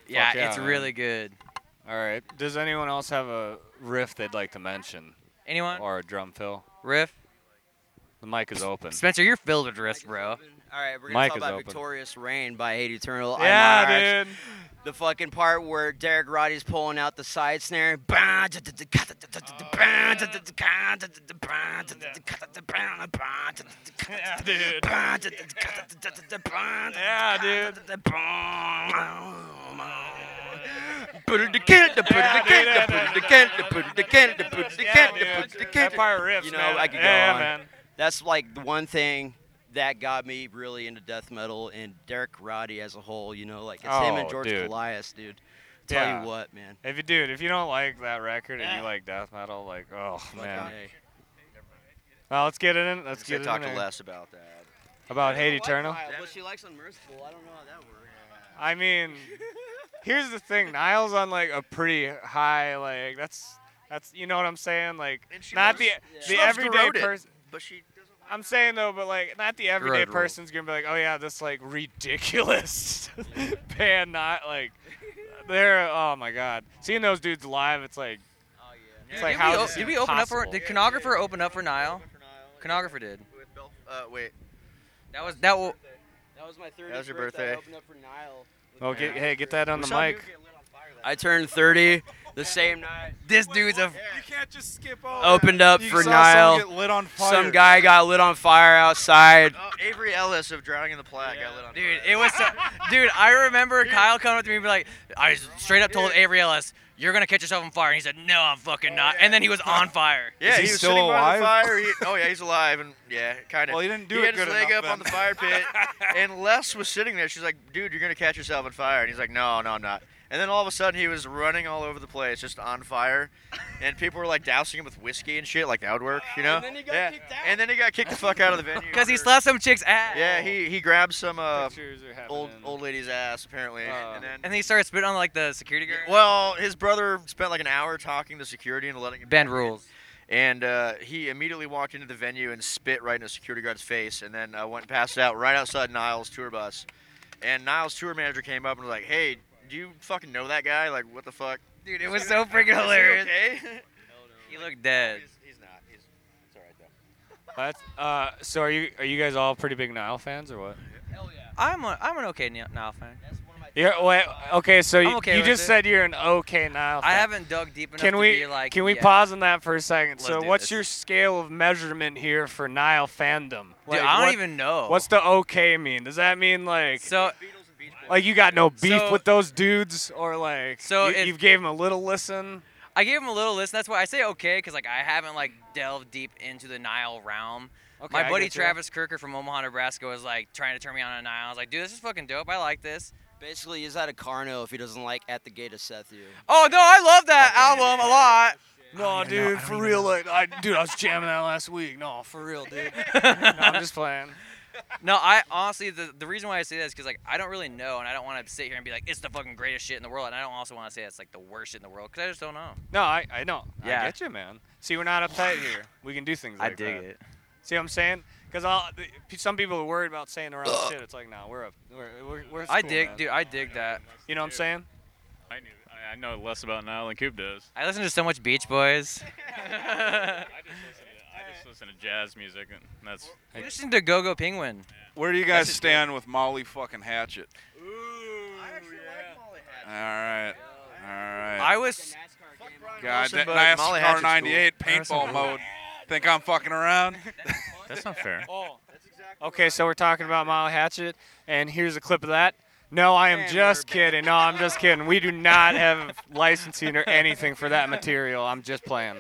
Yeah, yeah, it's man. really good. all right. Does anyone else have a riff they'd like to mention Anyone? or a drum fill? riff? The mic is open. Spencer, you're filled with riffs, bro. All right, we're gonna Mic talk is about open. "Victorious Reign" by Hate Eternal. I'm Arch. yeah, dude. The fucking part where Derek Roddy's pulling out the side snare. Yeah, dude. Yeah, dude. That part riffs, You know, man. I could go yeah, on. man. That's like the one thing that got me really into death metal and Derek Roddy as a whole. You know, like it's him Oh, and George dude. Goliath, dude. Tell Yeah. you what, man. If you dude, if you don't like that record and you like death metal, like oh man. Hey. Well, let's get it in. Let's I get it in. talked to there. Les about that. About Hate Eternal? What she likes Unmerciful, I don't know how that works. I mean, here's the thing. Niall's on like a pretty high like that's that's you know what I'm saying like And she not loves- the yeah. the she loves everyday Garroted, person. But she doesn't. I'm saying though, but like not the everyday Garroted rule. person's gonna be like, oh yeah, this like ridiculous band, not like they're oh my god, seeing those dudes live, it's like. Oh, It's like did, how we, is o- this did even we open up for? possible? Did Conographer open up for Nile? Conographer did. With Bel- uh, wait. That was that. Will, That was my 30th was your birthday. I birthday. opened up for Nile. with Oh, my get, ass hey, get crew. that on the mic. I turned 30 the same night. this dude's a. You can't just skip over. Opened up You for saw Nile. someone get lit on fire. Some guy got lit on fire outside. Oh, Avery Ellis of Drowning in the Plague. I lit on Dude, fire. it was so, dude. I remember Kyle coming up to me and be like, I just straight up told Avery Ellis, "You're gonna catch yourself on fire," and he said, "No, I'm fucking not." And then he was on fire. Yeah, Is he he, was still sitting by alive? the fire. He, oh yeah, he's alive and yeah, kind of. Well, he didn't do he it had good his leg enough up on then. the fire pit, and Les was sitting there. She's like, "Dude, you're gonna catch yourself on fire," and he's like, "No, no, I'm not." And then all of a sudden, he was running all over the place, just on fire, and people were like dousing him with whiskey and shit, like that would work, you know? Oh, And then he got yeah. kicked out. And then he got kicked the fuck out of the venue Because he for- slapped some chick's ass. Yeah, he he grabbed some uh, Pictures are happening. old old lady's ass apparently, Uh, and then And then he started spitting on like the security guard. well, his brother spent like an hour talking to security and letting him Bend back in. rules. And uh, he immediately walked into the venue and spit right in the security guard's face, and then uh, went and passed out right outside Niles' tour bus. And Niles' tour manager came up and was like, "Hey, do you fucking know that guy? Like, what the fuck?" Dude, it was so freaking hilarious. Okay. He looked dead. he's, he's not. He's it's all right though. That's, uh, so are you are you guys all pretty big Nile fans or what? I'm a, I'm an okay Ni- Nile fan. Yeah. Wait. Okay. So you, okay you with just it. said you're an okay Nile. I fan. haven't dug deep enough Can to we be like. can we yeah. pause on that for a second? So do what's this. your scale of measurement here for Nile fandom? Dude, I don't what- even know. What's the okay mean? Does that mean like so? like you got no beef So- with those dudes or like So you, if- you gave them a little listen? I gave him a little listen. That's why I say okay, because like I haven't like delved deep into the Nile realm. Okay, I My buddy get ya. Travis Kirker from Omaha, Nebraska, was like trying to turn me on to Nile. I was like, dude, this is fucking dope. I like this. Basically, he's at a carno if he doesn't like At the Gate of Seth you. Oh no, I love that album a lot. Oh, No, dude, for real, like I dude, I was jamming that last week. No, for real, dude. no, I'm just playing. No, I honestly the, the reason why I say that is because like I don't really know, and I don't want to sit here and be like it's the fucking greatest shit in the world, and I don't also want to say it's like the worst shit in the world because I just don't know. No, I I know. I Yeah. get you, man. See, we're not uptight here. We can do things. Like that. it. See what I'm saying? Because all the, p- some people are worried about saying the wrong shit. It's like, nah, we're up. We're, we're, we're it's I cool, dig, man. dude. I dig that. You know what I'm saying? I knew. I, I know less about Nile than Coop does. I listen to so much Beach Boys. I just listen to, I just listen to jazz music, and that's I listen to Go Go Penguin. Where do you guys stand with Molly fucking Hatchet? All right. All right. I was God, Wilson, that but nice Molly car Hatchet's cool. 98 paintball mode. Think I'm fucking around? that's not fair. Oh. Okay, so we're talking about Molly Hatchet, and here's a clip of that. No, I am just kidding. No, I'm just kidding. We do not have licensing or anything for that material. I'm just playing.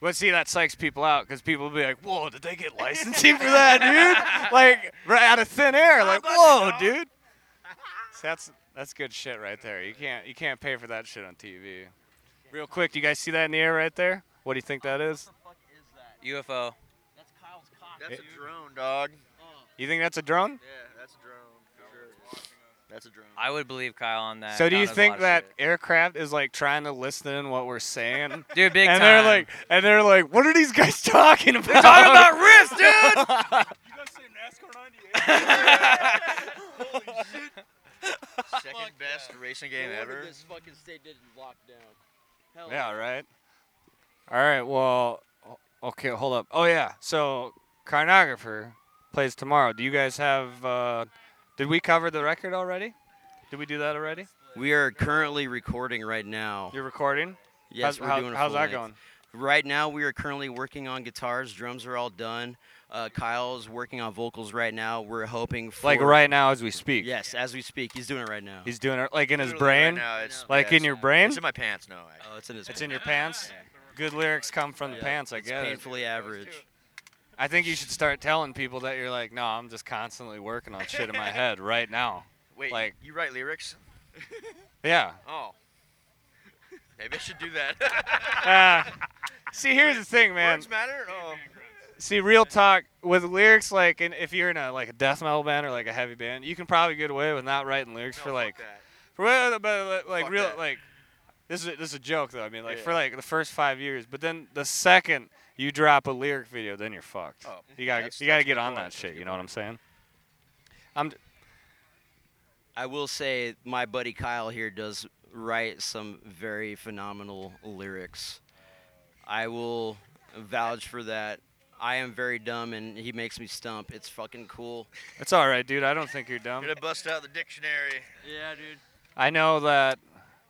But see, that psychs people out because people will be like, "Whoa, did they get licensing for that, dude? Like, right out of thin air. Like, whoa, dude." So that's that's good shit right there. You can't you can't pay for that shit on TV. Real quick, do you guys see that in the air right there? What do you think that is? UFO. That's a drone, dog. You think that's a drone? Yeah, that's a drone. For sure. That's a drone. I would believe Kyle on that. So do Kyle you knows a lot think of that shit. aircraft is like trying to listen in what we're saying? Dude, big and time. they're like, and they're like, what are these guys talking about? talking about riffs, dude. Second best racing game ever. This fucking state didn't lock down. Hell yeah, right. All right. Well, o- okay. Hold up. Oh yeah. So Carnographer plays tomorrow. Do you guys have? Uh, did we cover the record already? Did we do that already? We are currently recording right now. You're recording. Yes, how's, we're how- doing a How's full that going? length. Right now, we are currently working on guitars. Drums are all done. Uh, Kyle's working on vocals right now. We're hoping for Like right now as we speak. Yes, as we speak, he's doing it right now. He's doing it like in his Literally right brain. now, it's- like yeah, in it's- your brain. It's in my pants. No, actually. oh, it's in his. It's in your pants. Good lyrics come from the pants. I It's guess. painfully average. I think you should start telling people that you're like, no, I'm just constantly working on shit in my head right now. Wait, you- like- you write lyrics? Yeah. Oh. Maybe I should do that. Uh, see, here's the thing, man. Words matter? Oh. See, real talk with lyrics like, and if you're in a like a death metal band or like a heavy band, you can probably get away with not writing lyrics for like, for well, but like real like, this is this is a joke though. I mean, like for like the first five years, but then the second you drop a lyric video, then you're fucked. Oh, you gotta that's- you gotta that's get a good on point. that shit. You know what I'm saying? I'm. D- I will say my buddy Kyle here does write some very phenomenal lyrics. I will vouch for that. I am very dumb and he makes me stump. It's fucking cool. it's all right, dude. I don't think you're dumb. Gonna bust out the dictionary. Yeah, dude. I know that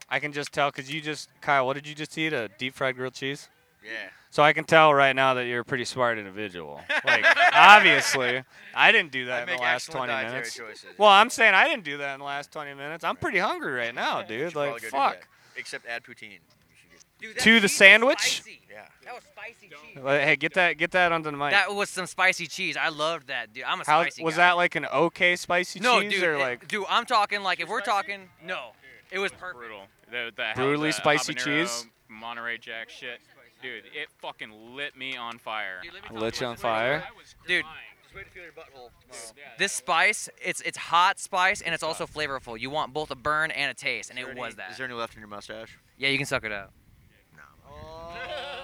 I can just tell because you just Kyle, what did you just eat? A deep fried grilled cheese. Yeah. So I can tell right now that you're a pretty smart individual. Like obviously, I didn't do that I in make the last excellent 20 dietary minutes. choices. Well, I'm saying I didn't do that in the last 20 minutes. I'm pretty hungry right now, dude. Probably Like go do fuck. that, Except add poutine. Dude, To the sandwich? Yeah. That was spicy cheese. Like, Hey, get that get that onto the mic. That was some spicy cheese. I loved that, dude. I'm a How spicy was guy. that like an okay spicy No, cheese dude. or it- like dude, I'm talking like if we're talking. No, it was perfect. brutal. The, the hell- Brutally the spicy habanero cheese? Monterey Jack shit. Dude, it fucking lit me on fire. lit you on fire? Dude, this spice, it's it's hot spice and it's also flavorful. You want both a burn and a taste, and it was Is that. there any left in your mustache? Yeah, you can suck it up.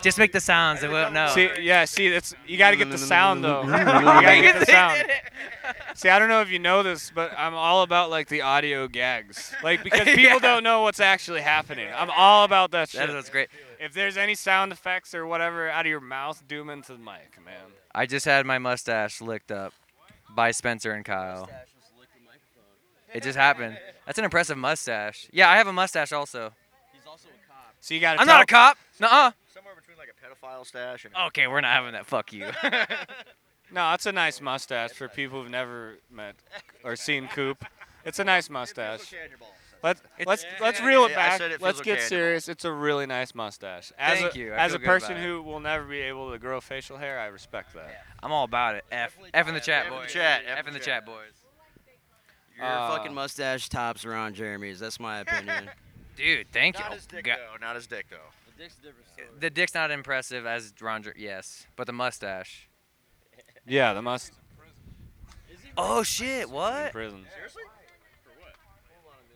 Just make the sounds, it won't know. See, yeah, see, it's you got to get the sound though. you gotta get the sound. See, I don't know if you know this, but I'm all about like the audio gags, like because people Yeah. don't know what's actually happening. I'm all about that shit. That was great. If there's any sound effects or whatever out of your mouth, do 'em into the mic, man. I just had my mustache licked up by Spencer and Kyle. It just happened. That's an impressive mustache. Yeah, I have a mustache also. So you gotta. I'm not a tell- cop. Nuh-uh. Somewhere between like a pedophile stash and. Okay, we're not having that. Fuck you. No, it's a nice mustache for people who've never met or seen Coop. It's a nice mustache. Let's let's let's reel it yeah, I back. said it let's feels get okay in the serious. It's a really nice mustache. As Thank a, you, I As feel a good about person it. who will never be able to grow facial hair, I respect that. I'm all about it. F F in the chat, boys. chat, F in the chat, boys. Your Uh, fucking mustache tops around Jeremy's. That's my opinion. Dude, thank Not you. his dick Go- though. Not his dick though. The dick's not impressive as Rondre. Yes, but the mustache. Yeah, the must Oh shit! What? prison. Seriously?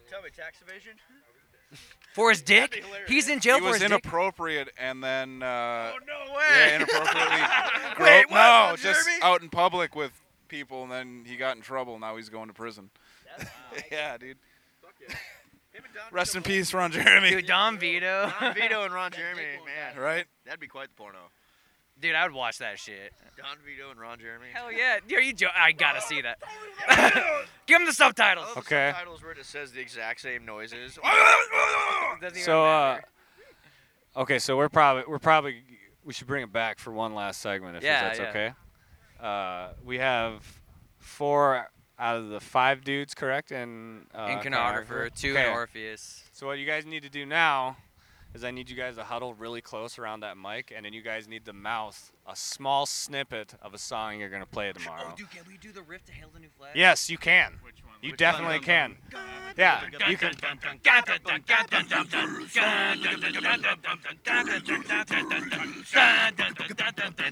Tell me, tax evasion? For his dick? hilarious. He's in jail It for his was dick. inappropriate, and then uh, No yeah, inappropriately. gro- Wait, what? no, Not just Jeremy? out in public with people, and then he got in trouble. Now he's going to prison. yeah, dude. Rest in peace, Ron Jeremy. Dude, Don Vito. Don Vito and Ron Jeremy, man. Right? That'd be quite the porno. Dude, I would watch that shit. Don Vito and Ron Jeremy. Hell yeah! Dude, Are you jo- I gotta see that. Give him the subtitles. I love the Okay. Subtitles where it just says the exact same noises. Doesn't even So uh, matter. okay, so we're probably we're probably we should bring it back for one last segment if Yeah, that's yeah. okay. Uh, we have four out of the five dudes correct in uh, Inconographer, two Okay. in Orpheus. So what you guys need to do now is I need you guys to huddle really close around that mic, and then you guys need to mouth a small snippet of a song you're gonna play tomorrow. can we do the riff to Hail the New Flag? Yes, you can. You definitely can. Yeah, you can. and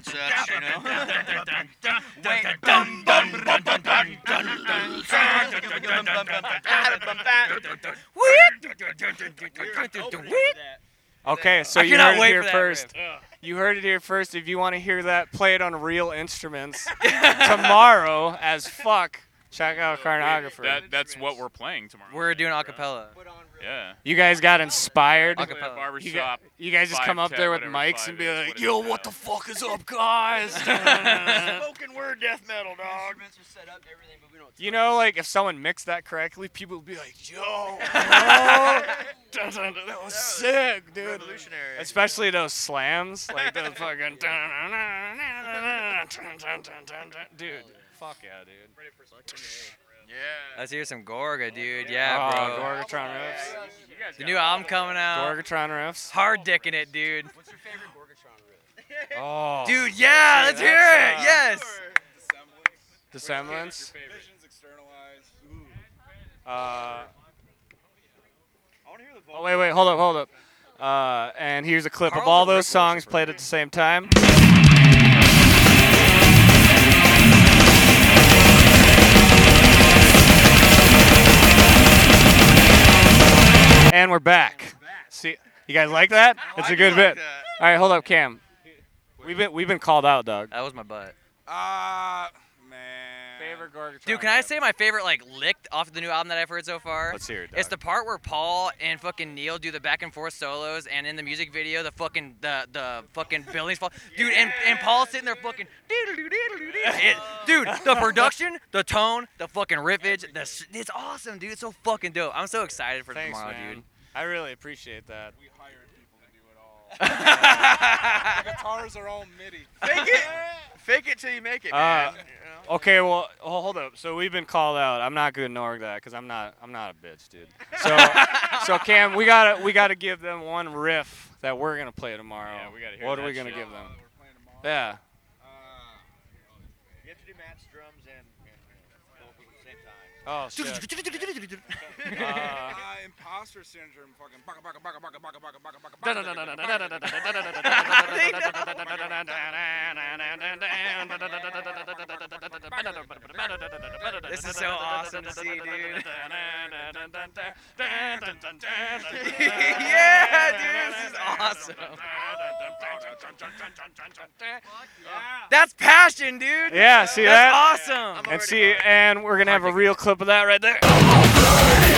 such, you know. Okay, so I you cannot heard it wait here for that first. You heard it here first. If you want to hear that, play it on real instruments tomorrow as fuck. Check out Carnographer. Oh, That, that's what we're playing tomorrow. We're doing bro. acapella. Yeah. you guys got inspired. Acapella. Play a You, got, barbershop. you guys just five come up tech, there with whatever mics five and be is, like, what yo, is what that?" the fuck is up, guys? Spoken word death metal, dog. you know, like, if someone mixed that correctly, people would be like, yo, that was sick, dude. Revolutionary. Especially those slams, like those fucking. dude, fuck yeah, dude. Yeah. Let's hear some Gorga, dude. Yeah, oh, bro. Gorgatron riffs. The new album coming out. Gorgatron riffs. Hard dicking it, dude. Oh, Dude, yeah, that's, let's hear it. uh, Yes. the semblance. Uh, oh wait, wait, hold up, hold up. Uh, and here's a clip of Carl's all a those Rick songs played at the same time. And we're back. See, you guys like that? It's a good bit. All right, hold up, Cam. We've been we've been called out, dog. That was my butt. Uh, Favorite Gorgatron. Dude, can I say my favorite like lick off the new album that I've heard so far? Let's hear it, It's the part where Paul and fucking Neil do the back and forth solos, and in the music video, the fucking the the fucking buildings fall. Dude, and and Paul's sitting there fucking. It, dude, the production, the tone, the fucking riffage, the s- it's awesome, dude. It's so fucking dope. I'm so excited for Thanks, tomorrow, man. dude. I really appreciate that. We hired people to do it all. the guitars are all MIDI. Fake it. Fake it till you make it, Uh, man. okay, well, oh, hold up. So we've been called out. I'm not gonna ignore that because I'm not. I'm not a bitch, dude. So, so Cam, we gotta we gotta give them one riff that we're gonna play tomorrow. Yeah, we gotta hear What are that we gonna shit. give them? Yeah. You have to do Matt's drums and, vocals at the same time. Oh shit. Uh, Uh, imposter syndrome, fucking baka baka baka baka baka baka baka baka baka this This is so awesome to see, dude. yeah, dude, this is awesome. That's passion, dude. yeah, see that? That's awesome. And see, and we're gonna have a real clip of that right there.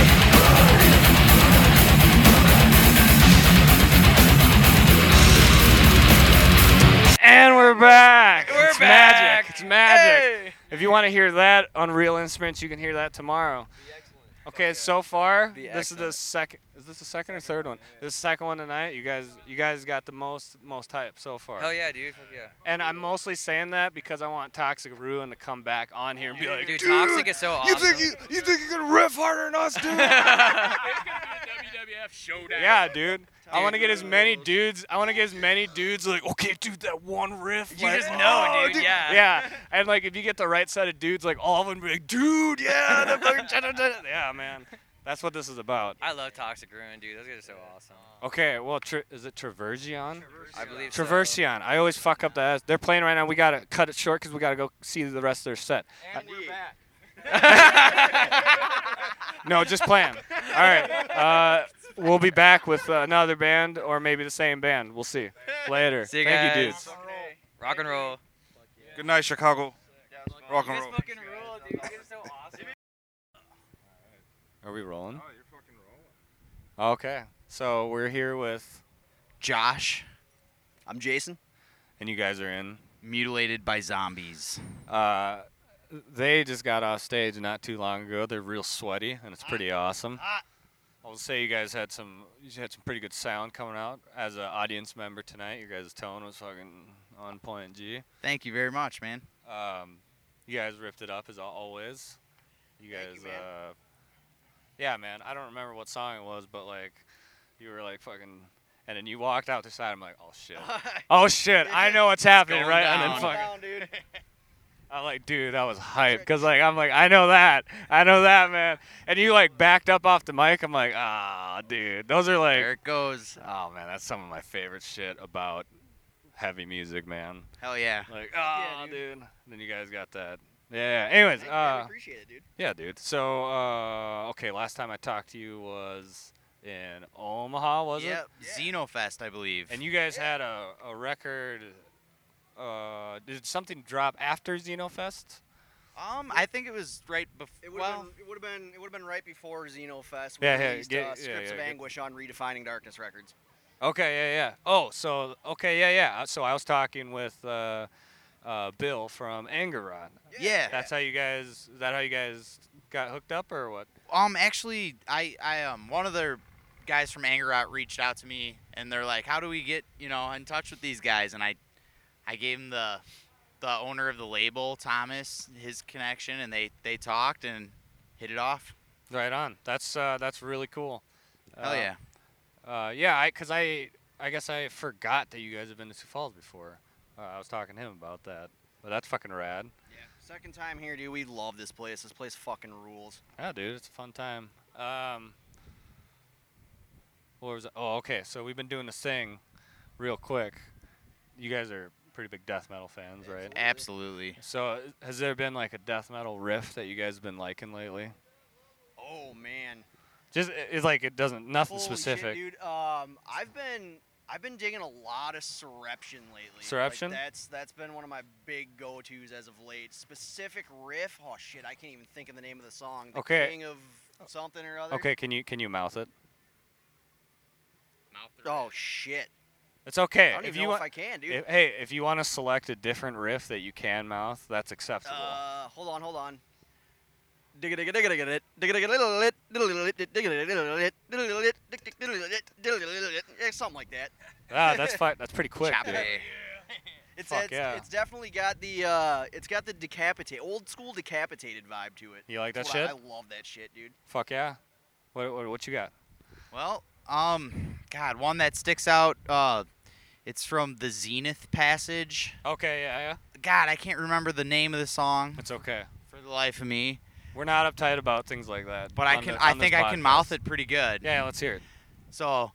And we're back. We're it's magic. back. It's magic. Hey. If you want to hear that on Real Instruments, you can hear that tomorrow. Okay, so far Be this is the second. Is this the second or third one? This is the second one tonight. You guys, you guys got the most most hype so far. Hell yeah, dude. Fuck yeah. And I'm mostly saying that because I want Toxic Ruin to come back on here and be like, Dude, Toxic is so awesome. you think you can riff harder than us, dude? WWF showdown. yeah, dude. I want to get as many dudes. I want to get as many dudes like, okay, dude, that one riff. you like, just know, oh, dude. Yeah. Yeah, and like if you get the right set of dudes, like all of them be like, dude, yeah, the fucking- yeah, man. That's what this is about. I love Toxic Ruin, dude. Those guys are so awesome. Okay, well, tra- is it Traversion? I believe so. Traversion. I always fuck up the ass. They're playing right now. We gotta cut it short because we gotta go see the rest of their set. And we're back. No, just playing. All right. Uh, we'll be back with uh, another band or maybe the same band. We'll see. Later. See you Thank you, guys. dudes. Rock and roll. Good night, Chicago. Rock and roll. fucking rule, dude. You guys are so awesome. Are we rolling? Oh, you're fucking rolling. Okay. So we're here with, Josh. I'm Jason. and you guys are in. Mutilated by zombies. Uh, they just got off stage not too long ago. They're real sweaty, and it's Ah. pretty awesome. I'll say you guys had some you had some pretty good sound coming out as an audience member tonight. Your guys' tone was fucking on point G. Thank you very much, man. Um, you guys ripped it up as al- always. You guys, uh, yeah, man. I don't remember what song it was, but like, you were like fucking, and then you walked out the side. I'm like, oh shit, oh shit, I know what's happening, Going right? And then down. fucking, I'm like, dude, that was hype, cause like I'm like, I know that, I know that, man. And you like backed up off the mic. I'm like, ah, dude, those are like, There it goes. oh man, that's some of my favorite shit about heavy music, man. Hell yeah. Like, oh, dude. Then you guys got that. Yeah. Anyways, uh, appreciate it, dude. yeah, dude. So, uh, okay, last time I talked to you was in Omaha, was Yep. Xenofest, I believe. it? And you guys had a, a record. Uh, did something drop after Xenofest? um, I think it was right It before. would Well, have been, it would have been, it would have been right before Xenofest. We Yeah, yeah, released, get- uh, yeah, Scripts yeah, of get- Anguish on Redefining Darkness Records. Okay, yeah, yeah. Oh, so, okay, yeah, yeah. Uh, So I was talking with uh, uh, Bill from Angeron. yeah. That's how you guys, is that how you guys got hooked up or what? Um, actually, I, I, um, one of the guys from Anger Out reached out to me, and they're like, "How do we get, you know, in touch with these guys?" And I, I gave him the, the owner of the label, Thomas, his connection, and they, they talked and hit it off. Right on. That's, uh, that's really cool. Hell Uh, yeah. Uh, yeah, I because I I guess I forgot that you guys have been to Sioux Falls before. Uh, I was talking to him about that, but that's fucking rad. Second time here, dude. We love this place. This place fucking rules. Yeah, dude, it's a fun time. Um, what was it? oh okay, so we've been doing this thing, real quick. You guys are pretty big death metal fans, right? Absolutely. So uh, has there been like a death metal riff that you guys have been liking lately? Oh man, Just it's like it doesn't nothing Holy shit, specific. dude. Um, I've been I've been digging a lot of Surreption lately. Surreption? Like, that's that's been one of my big go-tos as of late. Specific riff. Oh shit, I can't even think of the name of the song. The Okay. King of something or other. Okay, can you can you mouth it? Oh shit. It's okay. I don't if even you know want, if I can, dude. if- hey, if you want to select a different riff that you can mouth, that's acceptable. Uh, hold on, hold on. Yeah, Something like that. ah, that's fine. That's pretty quick. dude. It's, Fuck it's, yeah. it's definitely got the uh, it's got the decapitate old school decapitated vibe to it. You like that That's what I- shit? I love that shit, dude. Fuck yeah. What, what what you got? Well, um, God, one that sticks out. Uh, it's from the Zenith Passage. Okay, yeah, yeah. God, I can't remember the name of the song. It's okay. For the life of me. We're not uptight about things like that. But I on can. the- I on this think I can podcast. mouth it pretty good. Yeah, let's hear it. So.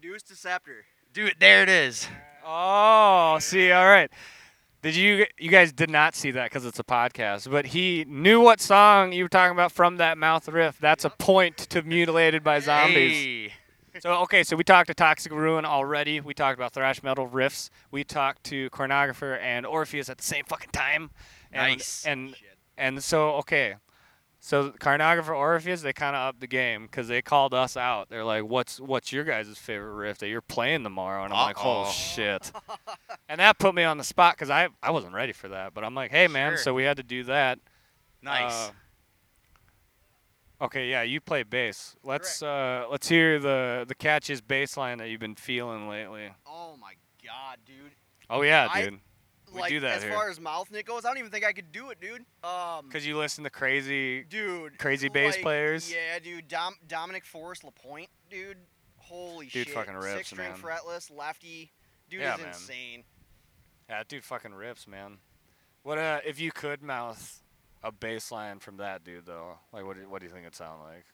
Deuce Deceptor. Dude, there it is. Oh, see, all right. Did you you guys did not see that because it's a podcast? But he knew what song you were talking about from that mouth riff. That's a point to mutilated by zombies. So okay, so we talked to Toxic Ruin already. We talked about thrash metal riffs. We talked to Cornographer and Orpheus at the same fucking time. And, Nice. And and so okay, so Carnographer Orpheus they kind of upped the game because they called us out. They're like, "What's what's your guys' favorite riff that you're playing tomorrow?" And I'm like, "Oh Uh-oh. shit!" and that put me on the spot because I I wasn't ready for that. But I'm like, "Hey man," Sure. so we had to do that. Nice. Uh, Okay, yeah, you play bass. Let's uh, let's hear the the catchiest bass line that you've been feeling lately. Oh my god, dude. Oh yeah, I- dude. we like, do that as here. far as mouth nick goes, I don't even think I could do it, dude. Um, Cause you listen to crazy dude, crazy bass like, players. Yeah, dude. Dom- Dominic Forrest Lapointe, dude. Holy shit. Dude fucking rips, Six string man. fretless, lefty. Dude Yeah, is man. insane. Yeah, that dude fucking rips, man. What uh, if you could mouth a bass line from that dude though? Like, what do, what do you think it sound like?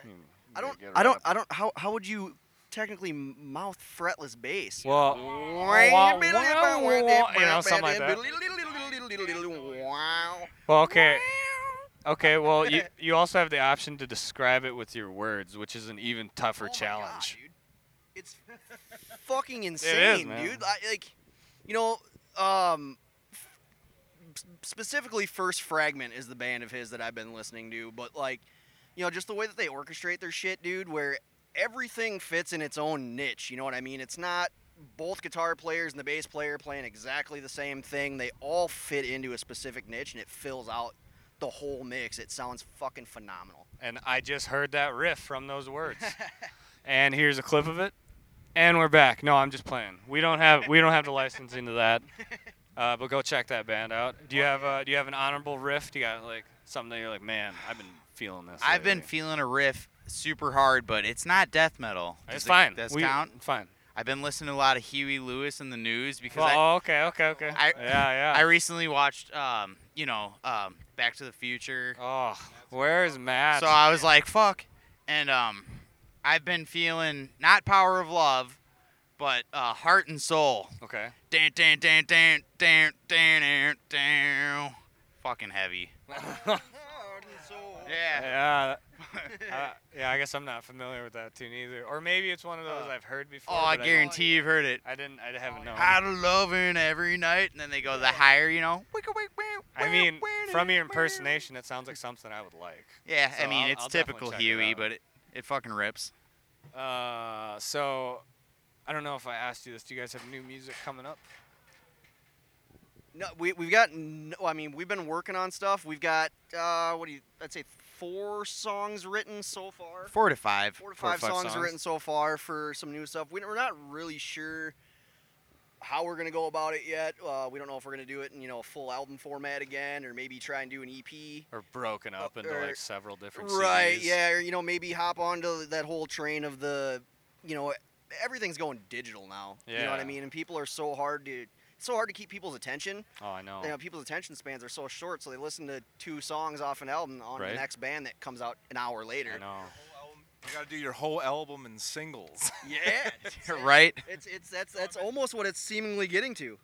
Hmm, I get- don't. get I don't. rap. I don't. How how would you technically m- mouth fretless bass? Well, wah, wah, wah, you know, something like that. Wow. Well, okay. Okay, well, you, you also have the option to describe it with your words, which is an even Oh tougher challenge. It's fucking insane, man. dude. I, like, you know, um, s- specifically, First Fragment is the band of his that I've been listening to, but like, you know, just the way that they orchestrate their shit, dude, where everything fits in its own niche. You know what I mean? It's not both guitar players and the bass player playing exactly the same thing. They all fit into a specific niche, and it fills out the whole mix. It sounds fucking phenomenal. And I just heard that riff from those words. and here's a clip of it. And we're back. No, I'm just playing. We don't have we don't have the licensing to that. Uh, but go check that band out. Do you have uh, do you have an honorable riff? Do you got like something that you're like, man, I've been feeling this. I've been lately." feeling a riff super hard, but it's not death metal. It's Does it- fine. Does We- count? Fine. I've been listening to a lot of Huey Lewis in the news because I, Oh, okay, okay, okay. I yeah, yeah. I recently watched um you know um Back to the Future. Oh, where is Matt? So I was like fuck, and um I've been feeling not Power of Love, but uh, Heart and Soul. Okay. Dan dan dan dan dan dan dan. dan. Fucking heavy. Yeah. Yeah. uh, yeah, I guess I'm not familiar with that tune either. Or maybe it's one of those I've heard before. Oh, I but guarantee you've heard it. Oh, I didn't. I haven't known. Out of loving every night, and then they go to the higher, you know. I mean, from your impersonation, it sounds like something I would like. Yeah, So I mean I'll- it's I'll definitely typical check it Huey, out. but it, it fucking rips. Uh, so I don't know if I asked you this. Do you guys have new music coming up? No, we we've got. No, I mean, we've been working on stuff. We've got uh, what do you? I'd say four songs written so far. Four to five. Four to five, songs, written so far for some new stuff. We, we're not really sure how we're gonna go about it yet. Uh, we don't know if we're gonna do it in you know a full album format again, or maybe try and do an EP. Or broken up into or- like several different er, Right? CDs? Yeah. Or you know maybe hop onto that whole train of the, you know, everything's going digital now. You know what Yeah. I mean? And people are so hard to. It's so hard to keep people's attention. Oh, I know. You know, people's attention spans are so short, so they listen to two songs off an album on Right. the next band that comes out an hour later. I know. You gotta do your whole album in singles. Yeah. Right? It's it's that's that's almost what it's seemingly getting to.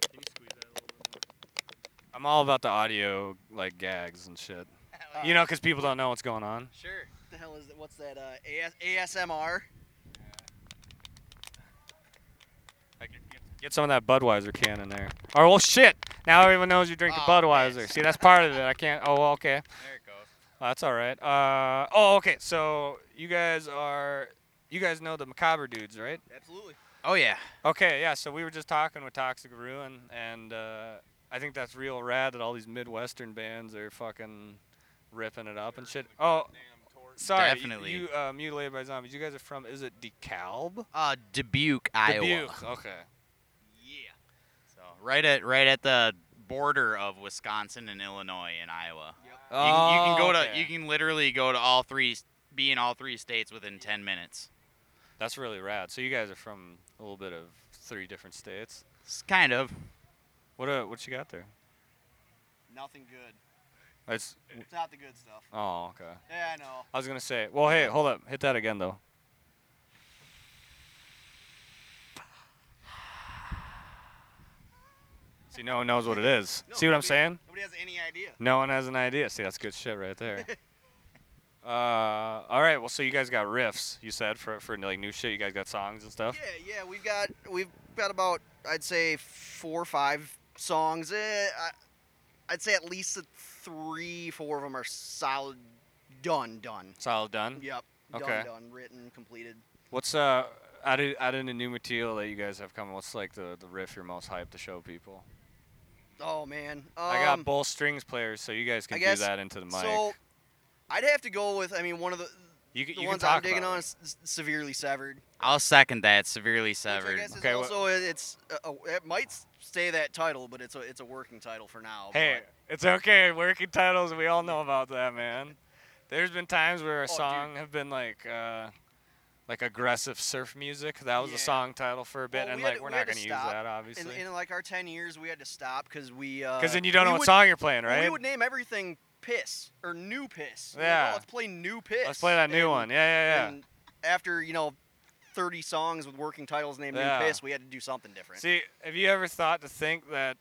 I'm all about the audio like gags and shit. You know, because people don't know what's going on. Sure. The hell is that? What's that? Uh, AS- ASMR. Get some of that Budweiser can in there. Or well, shit. Now everyone knows you're Oh, drinking Budweiser. See, that's part of it. I can't. Oh, well, okay. There it goes. That's all right. Uh, oh, okay. So you guys are, you guys know the Macabre dudes, right? Absolutely. Oh, yeah. Okay, yeah. So we were just talking with Toxic Ruin, and uh, I think that's real rad that all these Midwestern bands are fucking ripping it up and shit. Oh, sorry. you- Definitely. You, uh, mutilated by zombies. You guys are from? Is it DeKalb? Uh, Dubuque, Iowa. Dubuque. Okay. So right at right at the border of Wisconsin and Illinois and Iowa. You, you Oh, can go okay. to you can literally go to all three s- be in all three states within 10 minutes. That's really rad. So you guys are from a little bit of three different states. Kind of. What uh, what you got there? Nothing good. That's. It's not the good stuff. Oh, okay. Yeah, I know. I was gonna say. Well, hey, hold up. Hit that again though. See, no one knows what it is. See what I'm saying? Nobody has any idea. No one has an idea. See, that's good shit right there. uh, all right. Well, so you guys got riffs. You said for for like new shit. You guys got songs and stuff. Yeah, yeah, we've got we've got about I'd say four or five songs. Eh, I, I'd say at least three, four of them are solid, done, done. Solid done. Yep. Mm-hmm. Okay. Done, done, written, completed. What's uh out of out of the new material that you guys have coming? What's like the the riff you're most hyped to show people? Oh man. Um, I got both strings players, so you guys I can guess- do that into the mic. So, I'd have to go with I mean one of the You c- the you can ones I'm talk digging about on is s- severely severed. I'll second that. Severely severed. I guess it's also it's a, a- it might stay that title, but it's a it's a working title for now. Hey, it's okay. Working titles, we all know about that, man. There's been times Oh, where a song have been like, uh, like aggressive surf music. That was the song title for a bit, Well, and we had like to- we're we not had gonna to use stop. that, In- obviously. In, like our ten years, we had to stop because we. Because Because then you don't know what song you're playing, right? we would name everything piss or new piss. We're like, Yeah. "Oh, let's play new piss. Let's play that new And- one. Yeah, yeah, yeah. And after you know, thirty songs with working titles named Yeah. new piss, we had to do something different. See, have you ever thought to think that,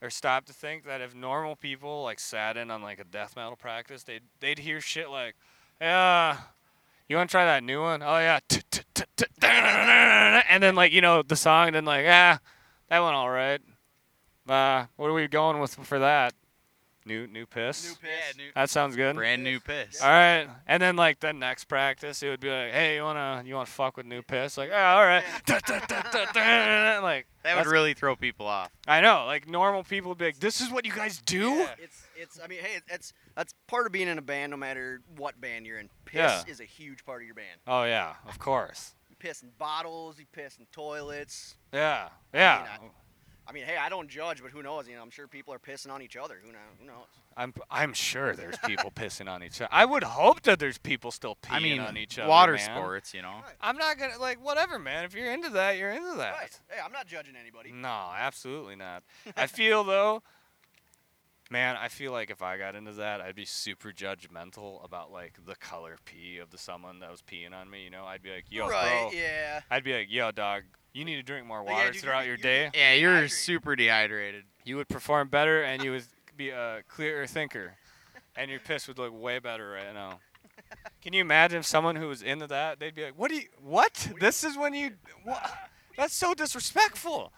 or stopped to think that if normal people like sat in on like a death metal practice, they'd they'd hear shit like, yeah. You want to try that new one? Oh yeah, and then like you know the song, and then like ah, that went all right. Uh, what are we going with for that? New new piss. New piss. Yeah, new- that sounds good. Brand new piss. All right, and then like the next practice, it would be like, hey, you wanna you wanna fuck with new piss? Like, ah, all right. like that that's- would really throw people off. I know, like normal people would be like, this is what you guys do. It's it's. I mean, hey, that's that's part of being in a band, no matter what band you're in. Piss Yeah. is a huge part of your band. Oh yeah, of course. You piss in bottles. You piss in toilets. Yeah, yeah. I mean, I, I mean, hey, I don't judge, but who knows? You know, I'm sure people are pissing on each other. Who knows? Who knows? I'm I'm sure there's people pissing on each other. I would hope that there's people still peeing I mean, on each other. water man. sports, you know. I'm not gonna like whatever, man. If you're into that, you're into that. Hey, I'm not judging anybody. No, absolutely not. I feel though, man, I feel like if I got into that, I'd be super judgmental about like the color pee of the someone that was peeing on me. You know, I'd be like, yo, Right, bro. yeah. I'd be like, yo, dog, you need to drink more yeah, water dude, throughout your day. Yeah, you're super dehydrated. You would perform better, and you would be a clearer thinker, and your piss would look way better right now. Can you imagine if someone who was into that, they'd be like, "What do you? What? This is when you? What? That's so disrespectful.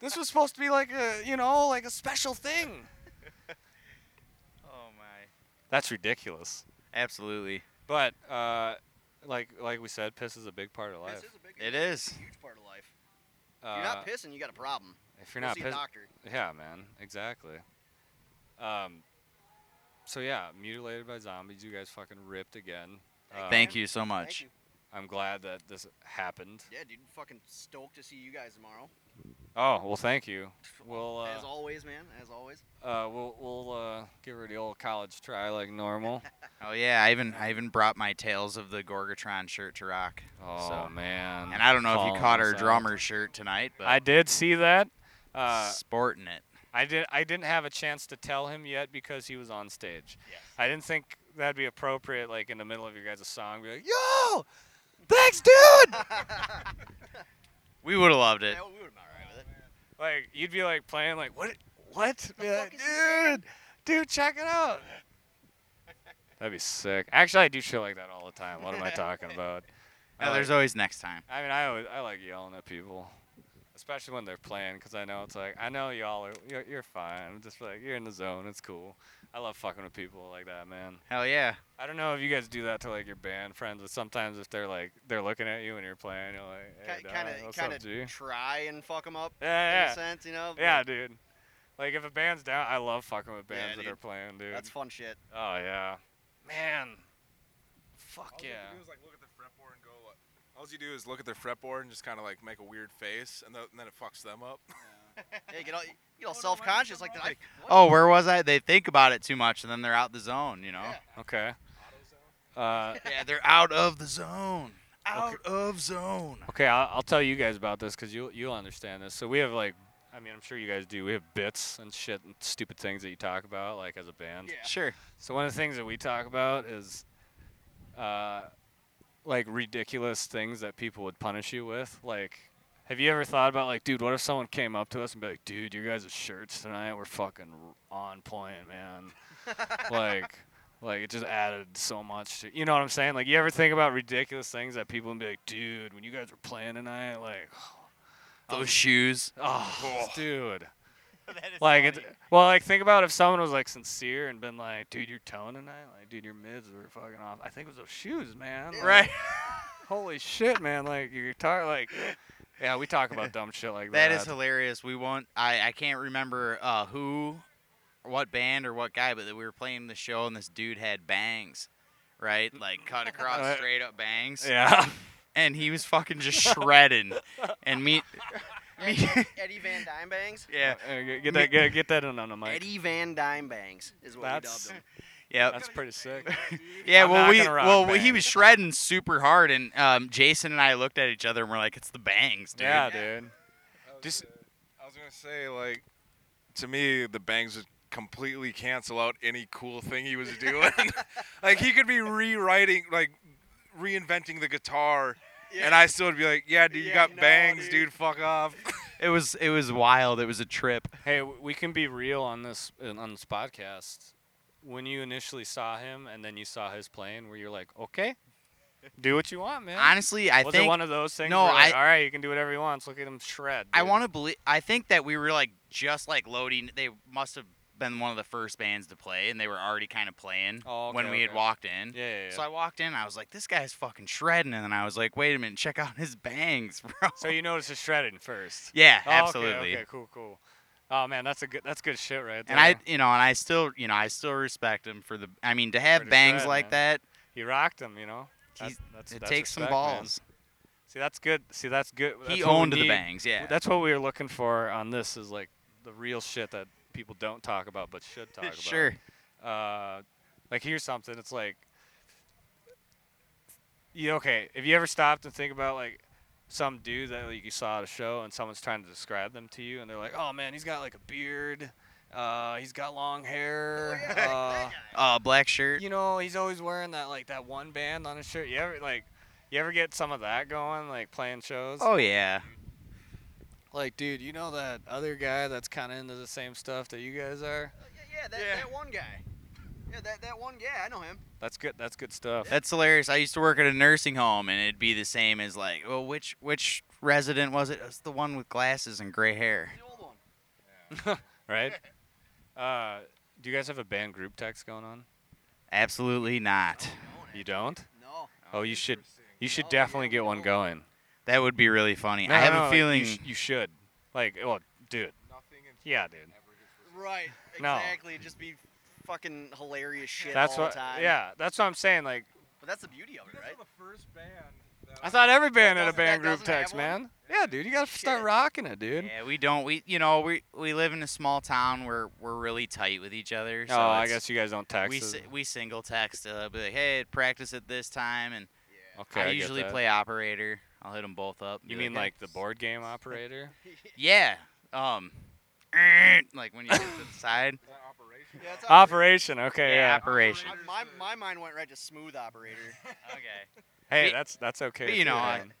This was supposed to be like a, you know, like a special thing. Oh my. That's ridiculous. Absolutely. But uh, like like we said, piss is a big part of life. It is. Huge part of life. If you're not Uh, pissing, you got a problem. If you're Go not see a pissed, doctor. yeah, man, exactly. Um, so yeah, mutilated by zombies. You guys fucking ripped again. Uh, Thank you so much. you. I'm glad that this happened. Yeah, dude, fucking stoked to see you guys tomorrow. Oh well, thank you. We'll as uh, always, man. As always. uh we'll we'll uh give her the old college try like normal. Oh yeah, I even I even brought my Tales of the Gorgatron shirt to rock. Oh so. man. And I don't know if Calling you caught us our out. drummer shirt tonight, but I did see that. Uh, sporting it. I did. I didn't have a chance to tell him yet because he was on stage. I didn't think that'd be appropriate, like in the middle of your guys' song, be like, "Yo, thanks, dude." We would have loved it. Yeah, we would have been all right with it. like you'd be like playing, like, "What? What? Yeah, dude, dude, check it out. That'd be sick. Actually, I do shit like that all the time. What am I talking about? I Yeah, Oh, there's like- always next time. I mean, I always I like yelling at people, especially when they're playing, because I know it's like I know y'all are you're, you're fine. I'm just like you're in the zone. It's cool. I love fucking with people like that, man. Hell yeah. I don't know if you guys do that to like your band friends, but sometimes if they're like they're looking at you and you're playing, you're like, hey, Kind dog, of, what's kind up, G? of try and fuck them up. Yeah, In yeah. a sense, you know. Yeah, Like, dude. Like if a band's down, I love fucking with bands that dude. are playing, dude. That's fun shit. Oh yeah. Man. Fuck All yeah. You do is like look at their fretboard and go. Like, all you do is look at their fretboard and just kind of like make a weird face, and, th- and then it fucks them up. Yeah, you get all, you get all self-conscious like that. I, Oh, where was I? They think about it too much, and then they're out the zone. You know. Okay. Uh, yeah, they're out of the zone. Out of zone. Okay, I'll, I'll tell you guys about this because you you'll understand this. So we have like, I mean, I'm sure you guys do. We have bits and shit and stupid things that you talk about like as a band. Sure. So one of the things that we talk about is, uh, like ridiculous things that people would punish you with. Like, have you ever thought about like, dude, what if someone came up to us and be like, dude, your guys' shirts tonight were fucking on point, man. like, like it just added so much to you know what I'm saying. Like, you ever think about ridiculous things that people would be like, dude, when you guys were playing tonight, like. Those I'm- shoes. Oh, Oh. dude. That is like it's, well, like think about if someone was like sincere and been like, "Dude, your tone tonight, like, dude, your mids were fucking off." I think it was those shoes, man. Like, Right. holy shit, man! Like your guitar, like, yeah, we talk about dumb shit like that. That is hilarious. We won't. I I can't remember uh, who, what band or what guy, but we were playing the show and this dude had bangs, right? Like cut Uh, across, straight up bangs. yeah. And he was fucking just shredding, and me. Eddie, Eddie Van Dyne bangs. Yeah. Uh, get- Get that, get, get that in on the mic. Eddie Van Dyne bangs is what That's we dubbed him. Yep. that's pretty sick. Yeah, I'm well, not we gonna rock well band. he was shredding super hard, and um, Jason and I looked at each other and we're like, "It's the bangs, dude." Yeah, dude. Just, I was gonna say like, to me, the bangs would completely cancel out any cool thing he was doing. like he could be rewriting, like reinventing the guitar, and I still would be like, yeah, dude, you got bangs, dude. fuck off. It was it was wild. It was a trip. Hey, w- we can be real on this uh, on this podcast. When you initially saw him and then you saw his playing, where you're like, okay, do what you want, man. Honestly, I was think- it one of those things. No, where like, I- all right, you can do whatever you want. Look at him shred. I dude." want to believe. I think that we were like just like loading. They must have been one of the first bands to play, and they were already kind of playing Oh, when okay, we had okay. walked in. Yeah, yeah, So yeah. I walked in. I was like, "This guy's fucking shredding," and then I was like, "Wait a minute, check out his bangs, bro." So you notice his shredding first. Yeah, Oh, okay, absolutely. Okay, cool, cool. Oh man, that's a good that's good shit right there. And I, you know, and I still, you know, I still respect him for the. I mean, to have Pretty bangs shred, like man. that, he rocked him, you know. He's- That's- that's- it that's takes some respect, man. balls. See, that's good. See, that's good. He That's what we owned the need. bangs, yeah. That's what we were looking for on this is like the real shit that people don't talk about but should talk about. Sure. Uh, like here's something. It's like, you okay? Have you ever stopped and think about like some dude that like, you saw at a show and someone's trying to describe them to you and they're like, oh man, he's got like a beard. Uh, he's got long hair. uh, uh, black shirt. you know, he's always wearing that like that one band on his shirt. You ever like, you ever get some of that going, like playing shows? Oh yeah. Like, dude, you know that other guy that's kind of into the same stuff that you guys are? Yeah, that, that one guy. Yeah, that, that one. Yeah, I know him. That's good. That's good stuff. That's hilarious. I used to work at a nursing home, and it'd be the same as like, well, which which resident was it? It's the one with glasses and gray hair. right. Uh, do you guys have a band group text going on? Absolutely not. You don't? No. Oh, you should. You should definitely get one going. That would be really funny. No, I have no, a like, you feeling. sh- you should. Like, well, dude. Yeah, dude. Right. No. Exactly. It'd Just be fucking hilarious shit That's all what. the time. Yeah, that's what I'm saying. Like, But that's the beauty of it, right? the first band. I thought every band had a doesn't- that band group doesn't have text, one? man. Yeah, dude, you gotta start rocking it, dude. Yeah, we don't. We you know we we live in a small town. We're we're really tight with each other. So Oh, I it's- guess you guys don't text We as- si- we single text. Uh, be like, hey, practice at this time, and Okay, I I get usually that. play operator. I'll hit them both up. and You be mean "Hey." like the board game operator? Yeah. Um, like when you hit the side. Yeah, it's Operation. Okay. Yeah, Yeah. operation. My, my mind went right to smooth operator. okay. Hey, But- that's that's okay. but you too, know, I, man.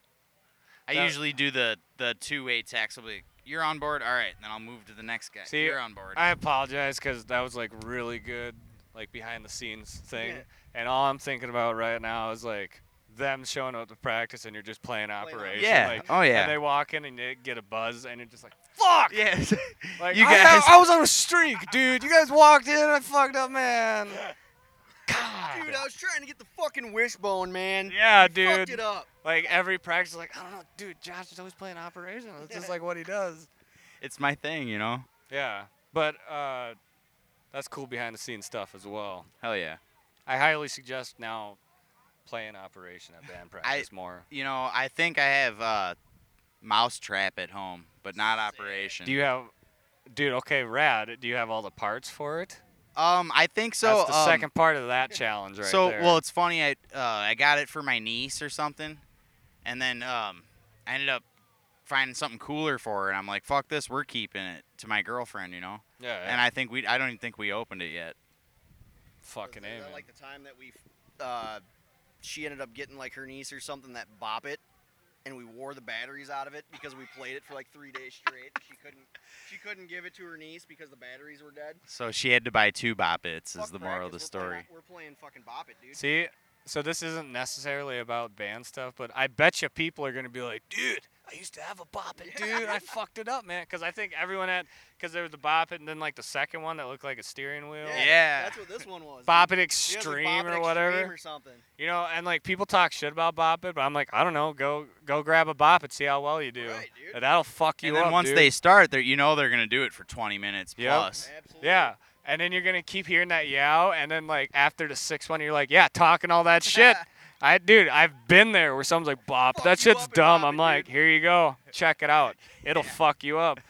I That- usually do the the two way text. I'll be like, you're on board. All right, then I'll move to the next guy. See, you're on board. I apologize because that was like really good, like behind the scenes thing. Yeah. And all I'm thinking about right now is like them showing up to practice and you're just playing operation. Yeah. Like, Oh, yeah. And they walk in and they get a buzz and you're just like, fuck. Yeah. Like You I, had- guys- I was on a streak, dude. You guys walked in and I fucked up, man. Dude, I was trying to get the fucking wishbone, man. Yeah, You dude. Fucked it up. Like every practice, like I don't know, dude. Josh is always playing operation. It's just like what he does. It's my thing, you know. Yeah, but uh, that's cool behind the scenes stuff as well. Hell yeah. I highly suggest now playing Operation at band practice more. You know, I think I have uh, mousetrap at home, but not operation. Do you have, dude? Okay, rad. Do you have all the parts for it? Um, I think so. That's the um, second part of that challenge, right so there. well, it's funny. I uh, I got it for my niece or something, and then um, I ended up finding something cooler for her, and I'm like, fuck this, we're keeping it to my girlfriend, you know. Yeah, yeah. And I think we, I don't even think we opened it yet. Fucking Is that like the time that we, uh, she ended up getting like her niece or something that bop it, and we wore the batteries out of it because we played it for like three days straight. She couldn't, she couldn't give it to her niece because the batteries were dead. So she had to buy two boppets. Fuck Is the moral of the practice, story? We're playing fucking bop it, dude. See, so this isn't necessarily about band stuff, but I bet you people are gonna be like, dude, I used to have a bop it, dude. I fucked it up, man. Because I think everyone had, because there was the bop it, and then like the second one that looked like a steering wheel. That's what this one was. Bop dude. it She has, like, extreme Bop It or whatever. Extreme or something. You know, and like people talk shit about Bop It, but I'm like, I don't know, go go grab a Bop It, see how well you do. And That'll fuck you and then up. once dude. they start, they you know they're gonna do it for 20 minutes Yep. plus. Yeah. And then you're gonna keep hearing that yow, and then like after the sixth one, you're like, yeah, talking all that shit. I dude, I've been there where someone's like, "Bop, that shit's dumb." I'm like, here you go, check it out. It'll fuck you up.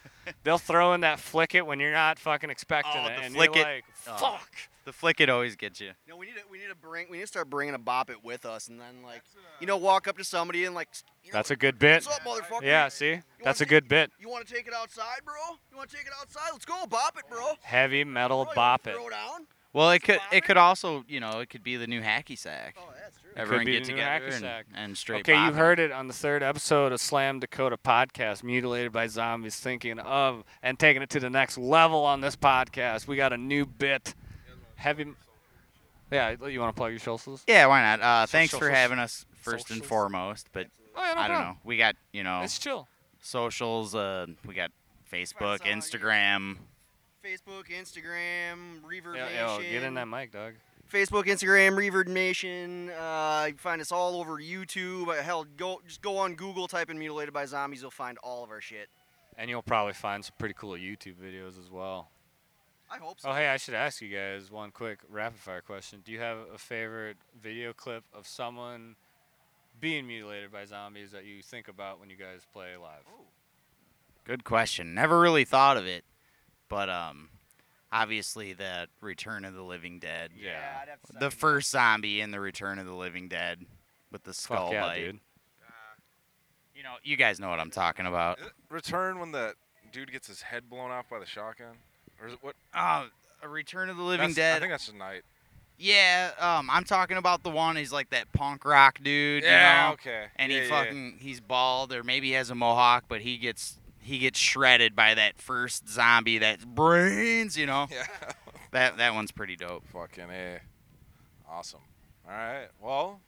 They'll throw in that flick it when you're not fucking expecting Oh, it, the and flick you're it. like, Oh, fuck. The flick it always gets you. No, we need to we need to bring we need to start bringing a bop it with us, and then like you know walk up to somebody and like s- you know, That's a good bit. What's up, motherfucker? Yeah, see, that's a good bit. You want to take it outside, bro? You want to take it outside? Let's go, bop it, bro. Heavy metal bop it. Well, it could it could also you know it could be the new hacky sack. Oh, that's true. It could Everyone be get the new together hacky and, sack. and straight. Okay, you bop it. heard it on the third episode of Slam Dakota podcast, mutilated by zombies, thinking of and taking it to the next level on this podcast. We got a new bit, heavy. Yeah, you want to plug your socials? Yeah, why not? Uh, So- thanks for socials. having us first and Socials. foremost. But Oh, yeah, no I don't problem. know. We got you know. It's chill. Socials. Uh, we got Facebook, Instagram. Facebook, Instagram, Reverb Yo, yo, Oh, get in that mic, dog. Facebook, Instagram, Reverb Nation. Uh, you can find us all over YouTube. Uh, Hell, go just go on Google, type in "mutilated by zombies," you'll find all of our shit. And you'll probably find some pretty cool YouTube videos as well. I hope so. Oh, hey, I should ask you guys one quick rapid fire question. Do you have a favorite video clip of someone being mutilated by zombies that you think about when you guys play live? Good question. Never really thought of it, but um, obviously the Return of the Living Dead. Yeah. the first zombie in the Return of the Living Dead with the skull yeah, bite. Uh, dude. You know, you guys know what I'm talking about. Return when that dude gets his head blown off by the shotgun, or is it what? Oh, a Return of the That's- Living Dead. I think that's tonight. Yeah, um, I'm talking about the one. He's like that punk rock dude. you Yeah, know? okay. And Yeah, he yeah, yeah. fucking he's bald, or maybe he has a mohawk, but he gets he gets shredded by that first zombie that's brains. You know. Yeah. That that one's pretty dope. Fucking a. Awesome. All right. Well,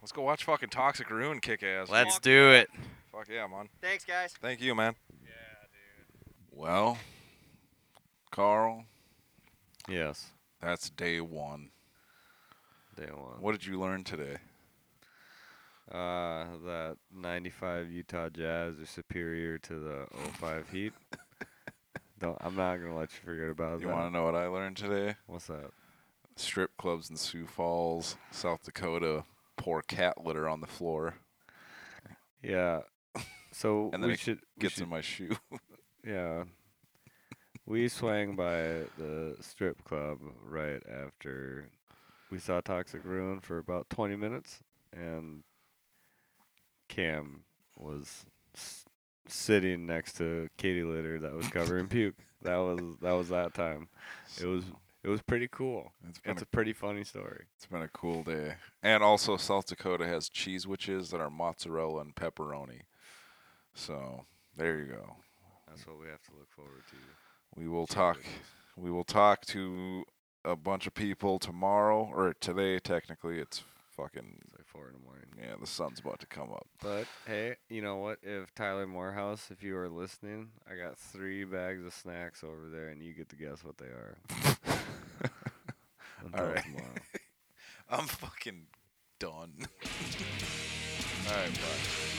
let's go watch fucking Toxic Ruin kick ass. Let's Fuck. do it. Fuck yeah, man. Thanks, guys. Thank you, man. Yeah, dude. Well, Carl. Yes. That's day one. Day one. What did you learn today? Uh, that 95 Utah Jazz are superior to the 05 Heat. Don't, I'm not going to let you forget about You that. want to know what I learned today? What's that? Strip clubs in Sioux Falls, South Dakota, pour cat litter on the floor. Yeah. So And then we it should we gets in should- my shoe. yeah. We swang by the strip club right after we saw Toxic Ruin for about 20 minutes, and Cam was s- sitting next to Katie litter that was covering puke. That was that was that time. It was it was pretty cool. It's, been a pretty funny story. It's been a cool day. And also, South Dakota has cheese witches that are mozzarella and pepperoni. So There you go. That's what we have to look forward to. We will talk. We will talk to a bunch of people tomorrow or today. Technically, it's fucking like four in the morning. Yeah, the sun's about to come up. But hey, you know what? If Tyler Morehouse, if you are listening, I got three bags of snacks over there, and you get to guess what they are. Until All right. tomorrow. I'm fucking done. All right, bye.